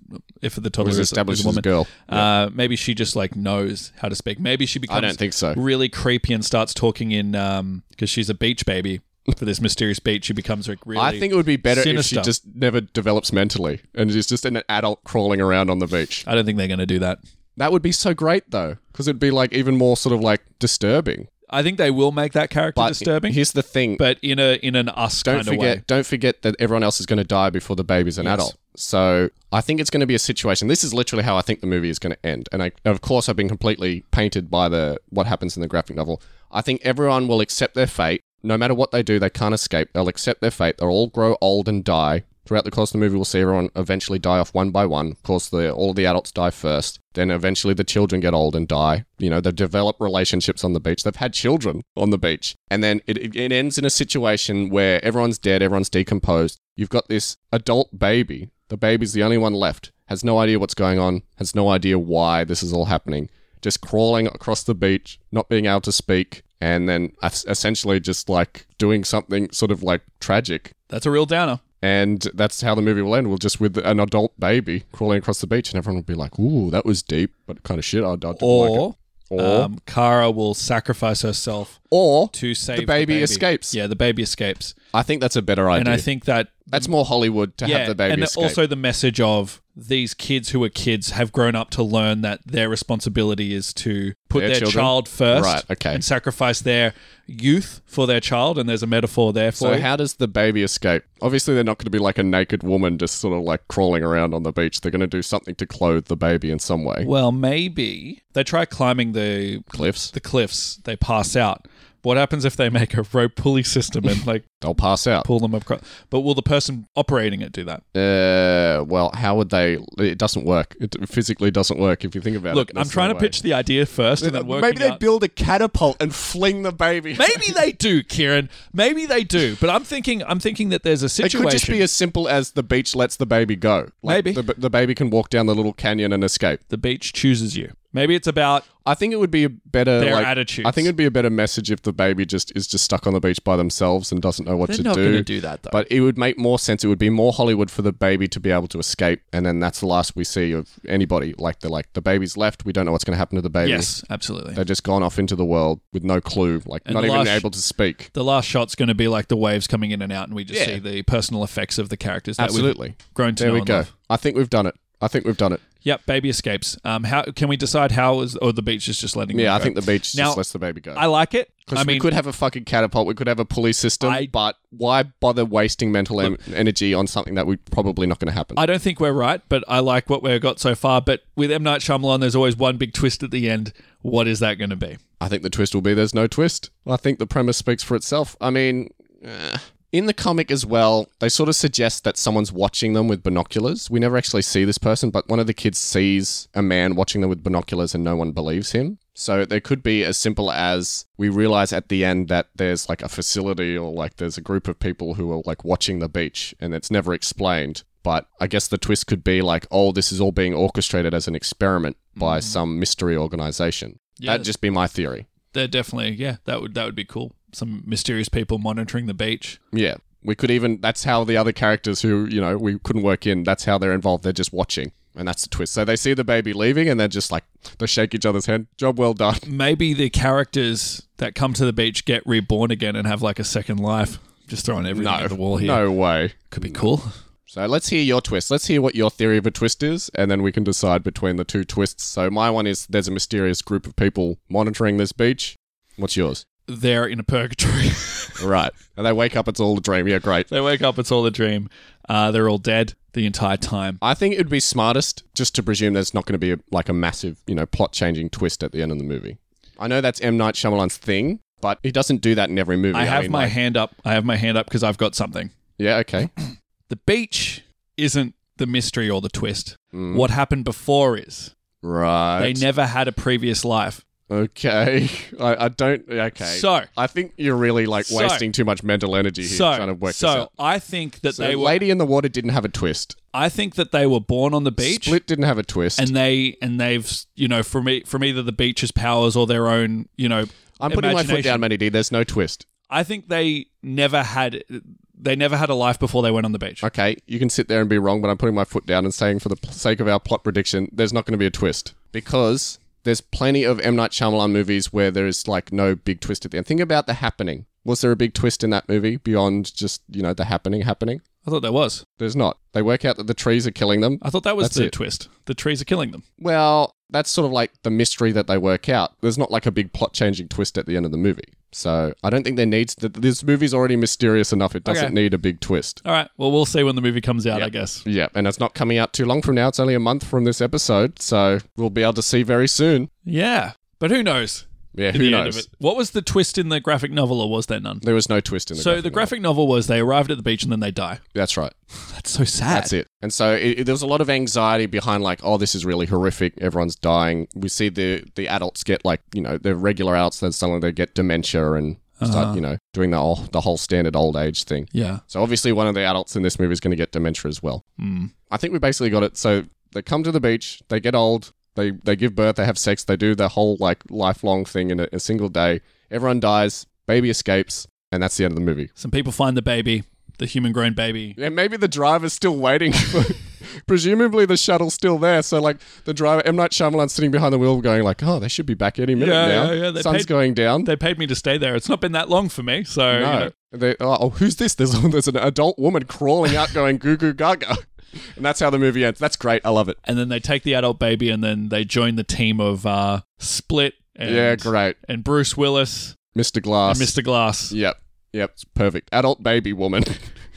S3: if the toddler
S2: was
S3: is,
S2: established
S3: is
S2: as
S3: a
S2: a
S3: woman,
S2: girl.
S3: Uh, maybe she just like knows how to speak. Maybe she becomes
S2: I don't think so.
S3: really creepy and starts talking in um because she's a beach baby for this mysterious beach. She becomes like really.
S2: I think it would be better if
S3: sinister.
S2: she just never develops mentally and is just an adult crawling around on the beach.
S3: I don't think they're going to do that.
S2: That would be so great though, because it'd be like even more sort of like disturbing.
S3: I think they will make that character
S2: But
S3: disturbing,
S2: Here's the thing:
S3: but in a in an us
S2: don't
S3: kind of
S2: forget,
S3: way.
S2: don't forget that everyone else is going to die before the baby's an adult. So I think it's going to be a situation. This is literally how I think the movie is going to end. And I, of course, I've been completely painted by the what happens in the graphic novel. I think everyone will accept their fate, no matter what they do. They can't escape. They'll accept their fate. They'll all grow old and die. Throughout the course of the movie, we'll see everyone eventually die off one by one. Of course, the, all the adults die first. Then eventually the children get old and die. You know, they've developed relationships on the beach. They've had children on the beach. And then it, it- it ends in a situation where everyone's dead, everyone's decomposed. You've got this adult baby. The baby's the only one left, has no idea what's going on, has no idea why this is all happening, just crawling across the beach, not being able to speak, and then es- essentially just like doing something sort of like tragic
S3: That's a real downer.
S2: and that's how the movie will end. We'll just with an adult baby crawling across the beach, and everyone will be like, "Ooh, that was deep, but kind of shit." I, I didn't like it.
S3: Or,
S2: Or,
S3: um, Kara will sacrifice herself
S2: or
S3: to save
S2: the baby escapes.
S3: Yeah, the baby escapes,
S2: I think that's a better idea.
S3: and I think that
S2: that's more Hollywood to have the baby
S3: and
S2: escape.
S3: also the message of these kids who are kids have grown up to learn that their responsibility is to put
S2: Their
S3: their,
S2: children?
S3: child first,
S2: Right, okay.
S3: and sacrifice their youth for their child. And there's a metaphor there for
S2: so
S3: it.
S2: how does the baby escape? Obviously, they're not going to be like a naked woman just sort of like crawling around on the beach. They're going to do something to clothe the baby in some way.
S3: well, maybe they try climbing the
S2: Cliffs.
S3: the cliffs. They pass out. What happens if they make a rope pulley system and
S2: <laughs>
S3: like
S2: They'll pass out.
S3: pull them across? But will the person operating it do that?
S2: Uh, well, how would they? It doesn't work. It physically doesn't work if you think about
S3: Look,
S2: it.
S3: I'm
S2: There's
S3: trying
S2: no
S3: to
S2: way.
S3: pitch the idea first and then work
S2: Maybe they
S3: out.
S2: build a catapult and fling the baby.
S3: Maybe they do, Kieran. Maybe they do. But I'm thinking, I'm thinking that there's a
S2: <laughs> It
S3: situation.
S2: could just be as simple as the beach lets the baby go. Like
S3: Maybe.
S2: the, the baby can walk down the little canyon and escape.
S3: the beach chooses you. Maybe it's about
S2: I think it would be a better
S3: Their
S2: like,
S3: attitudes.
S2: I think it'd be a better message if the baby just is just stuck on the beach by themselves and doesn't know what
S3: they're
S2: to
S3: not going
S2: do.
S3: to do that though.
S2: But it would make more sense. It would be more Hollywood for the baby to be able to escape, and then that's the last we see of anybody. Like the like the baby's left. We don't know what's going to happen to the baby.
S3: yes, absolutely.
S2: They've just gone off into the world with no clue. Like not
S3: the
S2: even
S3: last-
S2: able to speak.
S3: the last shot's going to be like the waves coming in and out, and we just
S2: Yeah.
S3: see the personal effects of the characters. That
S2: Absolutely.
S3: we've grown to
S2: There
S3: know
S2: we
S3: and
S2: go.
S3: love.
S2: I think we've done it. I think we've done it.
S3: Yep, baby escapes. Um, how can we decide how is or the beach is just letting?
S2: Yeah,
S3: them
S2: I
S3: go?
S2: think the beach
S3: Now-
S2: just lets the baby go.
S3: I like it.
S2: 'Cause
S3: I
S2: we
S3: mean,
S2: could have a fucking catapult, we could have a pulley system,
S3: I-
S2: but why bother wasting mental em- energy on something that we probably not going to happen?
S3: I don't think we're right, but I like what we've got so far. But with M Night Shyamalan, there's always one big twist at the end. What is that going to be?
S2: I think the twist will be there's no twist. I think the premise speaks for itself. I mean, eh. in the comic as well, they sort of suggest that someone's watching them with binoculars. We never actually see this person, but one of the kids sees a man watching them with binoculars and no one believes him. So there could be as simple as we realize at the end that there's like a facility or like there's a group of people who are like watching the beach and it's never explained. But I guess the twist could be like, oh, this is all being orchestrated as an experiment by some mystery organization.
S3: Yeah,
S2: That'd just be my theory.
S3: they're definitely yeah. That would that would be cool. Some mysterious people monitoring the beach.
S2: Yeah. We could even, that's how the other characters who, you know, we couldn't work in, that's how they're involved. They're just watching. And that's the twist. So they see the baby leaving and they're just like, they shake each other's hand. Job well done. <laughs>
S3: Maybe the characters that come to the beach get reborn again and have like a second life. Just throwing everything
S2: No.
S3: at the wall here.
S2: No way.
S3: Could be cool.
S2: So let's hear your twist. Let's hear what your theory of a twist is, and then we can decide between the two twists. So my one is there's a mysterious group of people monitoring this beach. What's yours?
S3: They're in a purgatory. <laughs>
S2: right. And they wake up, it's all a dream. Yeah, great.
S3: they wake up, it's all a dream. Uh, they're all dead the entire time.
S2: I think it would be smartest just to presume there's not going to be a, like a massive, you know, plot changing twist at the end of the movie. I know that's M Night Shyamalan's thing, but he doesn't do that in every movie.
S3: I
S2: how
S3: have
S2: he
S3: my
S2: might-
S3: hand up. I have my hand up because I've got something.
S2: yeah.
S3: <laughs>
S2: Okay.
S3: The beach isn't the mystery or the twist. What happened before is
S2: Mm. Right.
S3: they never had a previous life.
S2: okay. <laughs> I, I don't. Okay.
S3: So,
S2: I think you're really like
S3: So-
S2: wasting too much mental energy here
S3: so,
S2: trying to work this out.
S3: so I think that
S2: So
S3: they were.
S2: Lady in the Water didn't have a twist.
S3: I think that they were born on the beach,
S2: Split didn't have a twist.
S3: and they and they've you know from e- from either the beach's powers or their own you know.
S2: I'm putting my foot
S3: imagination.
S2: down, Manny D. There's no twist.
S3: I think they never had they never had a life before they went on the beach.
S2: Okay, you can sit there and be wrong, but I'm putting my foot down and saying, for the p- sake of our plot prediction, there's not going to be a twist because there's plenty of M Night Shyamalan movies where there is like no big twist at the end. Think about the happening. Was there a big twist in that movie beyond just you know the happening happening?
S3: I thought there was.
S2: There's not. They work out that the trees are killing them.
S3: I thought that was
S2: That's
S3: the
S2: it.
S3: twist. The trees are killing them.
S2: Well, that's sort of like the mystery that they work out. There's not like a big plot changing twist at the end of the movie. So I don't think there needs that. This movie's already mysterious enough. It doesn't
S3: Okay.
S2: need a big twist.
S3: All right. Well, we'll see when the movie comes out. I guess.
S2: Yeah, and it's not coming out too long from now. It's only a month from this episode, so we'll be able to see very soon.
S3: Yeah, but who knows?
S2: Yeah,
S3: at
S2: who
S3: the end of
S2: knows?
S3: it. What was the twist in the graphic novel, or was there none?
S2: There was no twist in the.
S3: so
S2: graphic
S3: the
S2: novel.
S3: graphic novel was they arrived at the beach and then they die.
S2: That's right.
S3: That's so sad.
S2: That's it. And so it, it- there was a lot of anxiety behind, like, oh, this is really horrific. Everyone's dying. We see the the adults get like, you know, the regular adults. Then suddenly they get dementia and
S3: Uh-huh.
S2: start, you know, doing the whole, the whole standard old age thing.
S3: Yeah.
S2: So obviously, one of the adults in this movie is going to get dementia as well.
S3: Mm.
S2: I think we basically got it. So they come to the beach, they get old, they they give birth, they have sex, they do the whole like lifelong thing in a, a single day. Everyone dies, baby escapes, and that's the end of the movie.
S3: Some people find the baby, the human grown baby.
S2: And maybe the driver's still waiting. <laughs> For, presumably, the shuttle's still there. So like the driver, M Night Shyamalan, sitting behind the wheel, going like, "Oh, they should be back any minute
S3: Yeah,
S2: now.
S3: yeah, yeah, they
S2: Sun's
S3: paid-
S2: going down."
S3: They paid me to stay there. It's not been that long for me, so you
S2: no.
S3: know.
S2: They, oh, who's this? There's, <laughs> there's an adult woman crawling out going goo goo gaga. And that's how the movie ends. That's great. I love it.
S3: And then they take the adult baby, and then they join the team of uh, Split and
S2: yeah, great.
S3: and Bruce Willis
S2: Mr. Glass.
S3: and Mr. Glass.
S2: Yep. Yep. It's perfect. Adult baby woman. <laughs>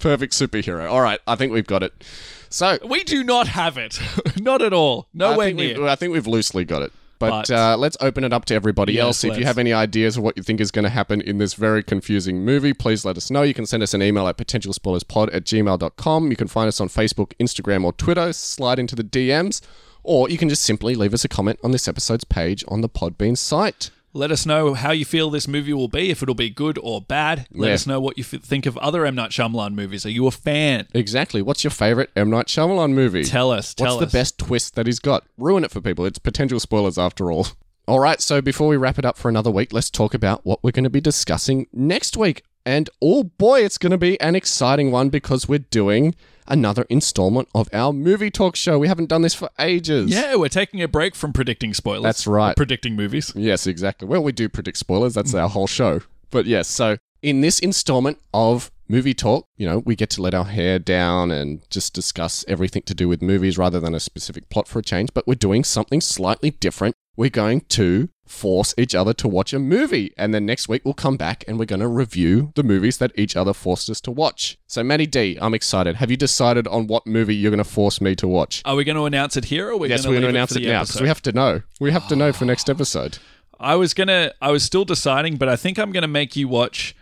S2: perfect superhero. All right. I think we've got it. So,
S3: We do not have it, <laughs> not at all, nowhere
S2: I think,
S3: near.
S2: we've, I think we've loosely got it. But,
S3: But-
S2: uh, let's open it up to everybody
S3: Yes,
S2: else. If you
S3: let's.
S2: have any ideas of what you think is going to happen in this very confusing movie, please let us know. You can send us an email at potentialspoilerspod at gmail.com. You can find us on Facebook, Instagram, or Twitter. Slide into the DMs. Or you can just simply leave us a comment on this episode's page on the Podbean site.
S3: Let us know how you feel this movie will be, if it'll be good or bad. Let
S2: Yeah.
S3: us know what you f- think of other M Night Shyamalan movies. Are you a fan?
S2: Exactly. What's your favorite M. Night
S3: <laughs>
S2: Shyamalan movie?
S3: Tell us.
S2: What's
S3: Tell
S2: the
S3: us.
S2: best twist that he's got? Ruin it for people. It's potential spoilers after all. <laughs> All right, so before we wrap it up for another week, let's talk about what we're going to be discussing next week. And oh boy, it's going to be an exciting one because we're doing another installment of our movie talk show. We haven't done this for ages.
S3: Yeah, we're taking a break from predicting spoilers.
S2: That's right.
S3: Or predicting movies.
S2: Yes, exactly. Well, we do predict spoilers. That's our whole show. But yes, so in this installment of Movie Talk, you know, we get to let our hair down and just discuss everything to do with movies rather than a specific plot for a change. But we're doing something slightly different. We're going to force each other to watch a movie. And then next week we'll come back and we're going to review the movies that each other forced us to watch. So, Maddie D, I'm excited. Have you decided on what movie you're going to force me to watch?
S3: Are we going to announce it here, or are we
S2: yes,
S3: going
S2: we're
S3: to
S2: going to
S3: leave
S2: announce
S3: for
S2: it
S3: the
S2: now because
S3: episode?
S2: we have to know. We have to know for next episode.
S3: I was gonna. I was still deciding, but I think I'm gonna make you watch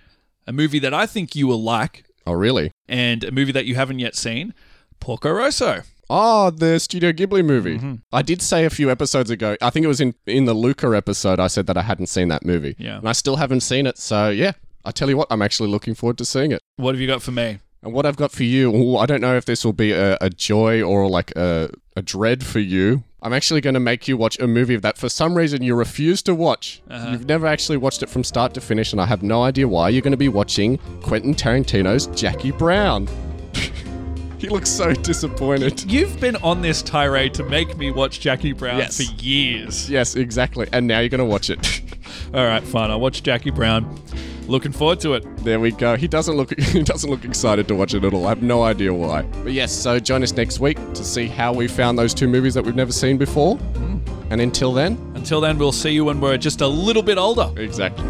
S3: a movie that I think you will like,
S2: Oh, really?
S3: and a movie that you haven't yet seen, Porco Rosso.
S2: Oh, the Studio Ghibli movie. I did say a few episodes ago. I think it was in in the Luca episode. I said that I hadn't seen that movie.
S3: Yeah.
S2: and I still haven't seen it. So yeah, I tell you what, I'm actually looking forward to seeing it.
S3: What have you got for me?
S2: And what I've got for you, ooh, I don't know if this will be a, a joy or like a, a dread for you. I'm actually going to make you watch a movie that for some reason you refuse to watch. You've never actually watched it from start to finish, and I have no idea why. You're going to be watching Quentin Tarantino's Jackie Brown. <laughs> he looks so disappointed.
S1: You've been on this tirade to make me watch Jackie Brown
S2: Yes.
S1: for years.
S2: Yes, exactly. And now you're going to watch it. <laughs>
S1: All right, fine. I'll watch Jackie Brown. Looking forward to it.
S2: There we go. He doesn't look <laughs> he doesn't look excited to watch it at all. I have no idea why. But yes, so join us next week to see how we found those two movies that we've never seen before. And until then,
S1: Until then, we'll see you when we're just a little bit older.
S2: exactly.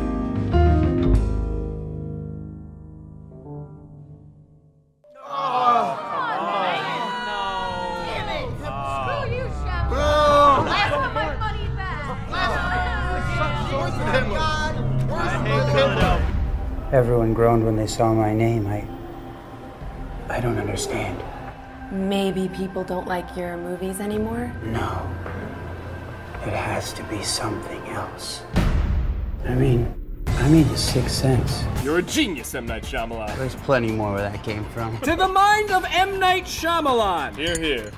S5: Damn it! Screw you, Chef! I want my money back!
S6: Everyone groaned when they saw my name. I. I don't understand.
S7: Maybe people don't like your movies anymore?
S6: No. It has to be something else. I mean, I mean, The Sixth Sense.
S8: You're a genius, M. Night Shyamalan.
S6: There's plenty more where that came from.
S9: To the mind of M. Night Shyamalan.
S8: Here, here.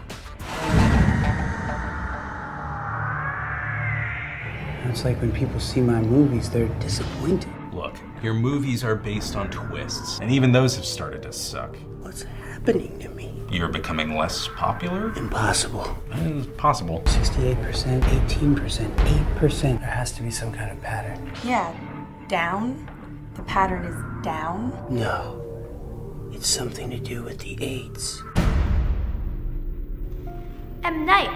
S6: It's like when people see my movies, they're disappointed.
S10: Look, your movies are based on twists, and even those have started to suck.
S6: What's happening to me?
S10: You're becoming less popular?
S6: Impossible.
S10: It's possible.
S6: 68%, 18%, 8%. There has to be some kind of pattern.
S7: Yeah, down? The pattern is down?
S6: No. It's something to do with the AIDS.
S5: M. Night,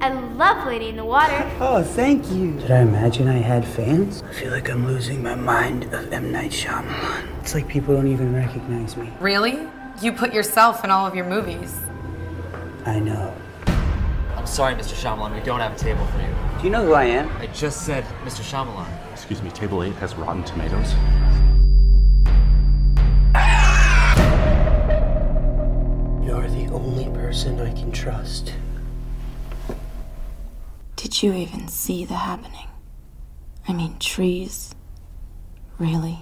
S5: I love Lady in the Water.
S6: Oh, thank you. Did I imagine I had fans? I feel like I'm losing my mind of M. Night Shyamalan. It's like people don't even recognize me.
S7: Really? You put yourself in all of your movies.
S6: I know.
S9: I'm sorry, Mr. Shyamalan, we don't have a table for you.
S6: Do you know who I am?
S9: I just said, Mr. Shyamalan.
S10: Excuse me, table 8 has rotten tomatoes.
S6: You're the only person I can trust.
S7: Did you even see the happening? I mean, trees. Really?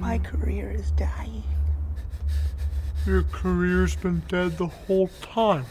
S6: My career is dying.
S11: Your career's been dead the whole time.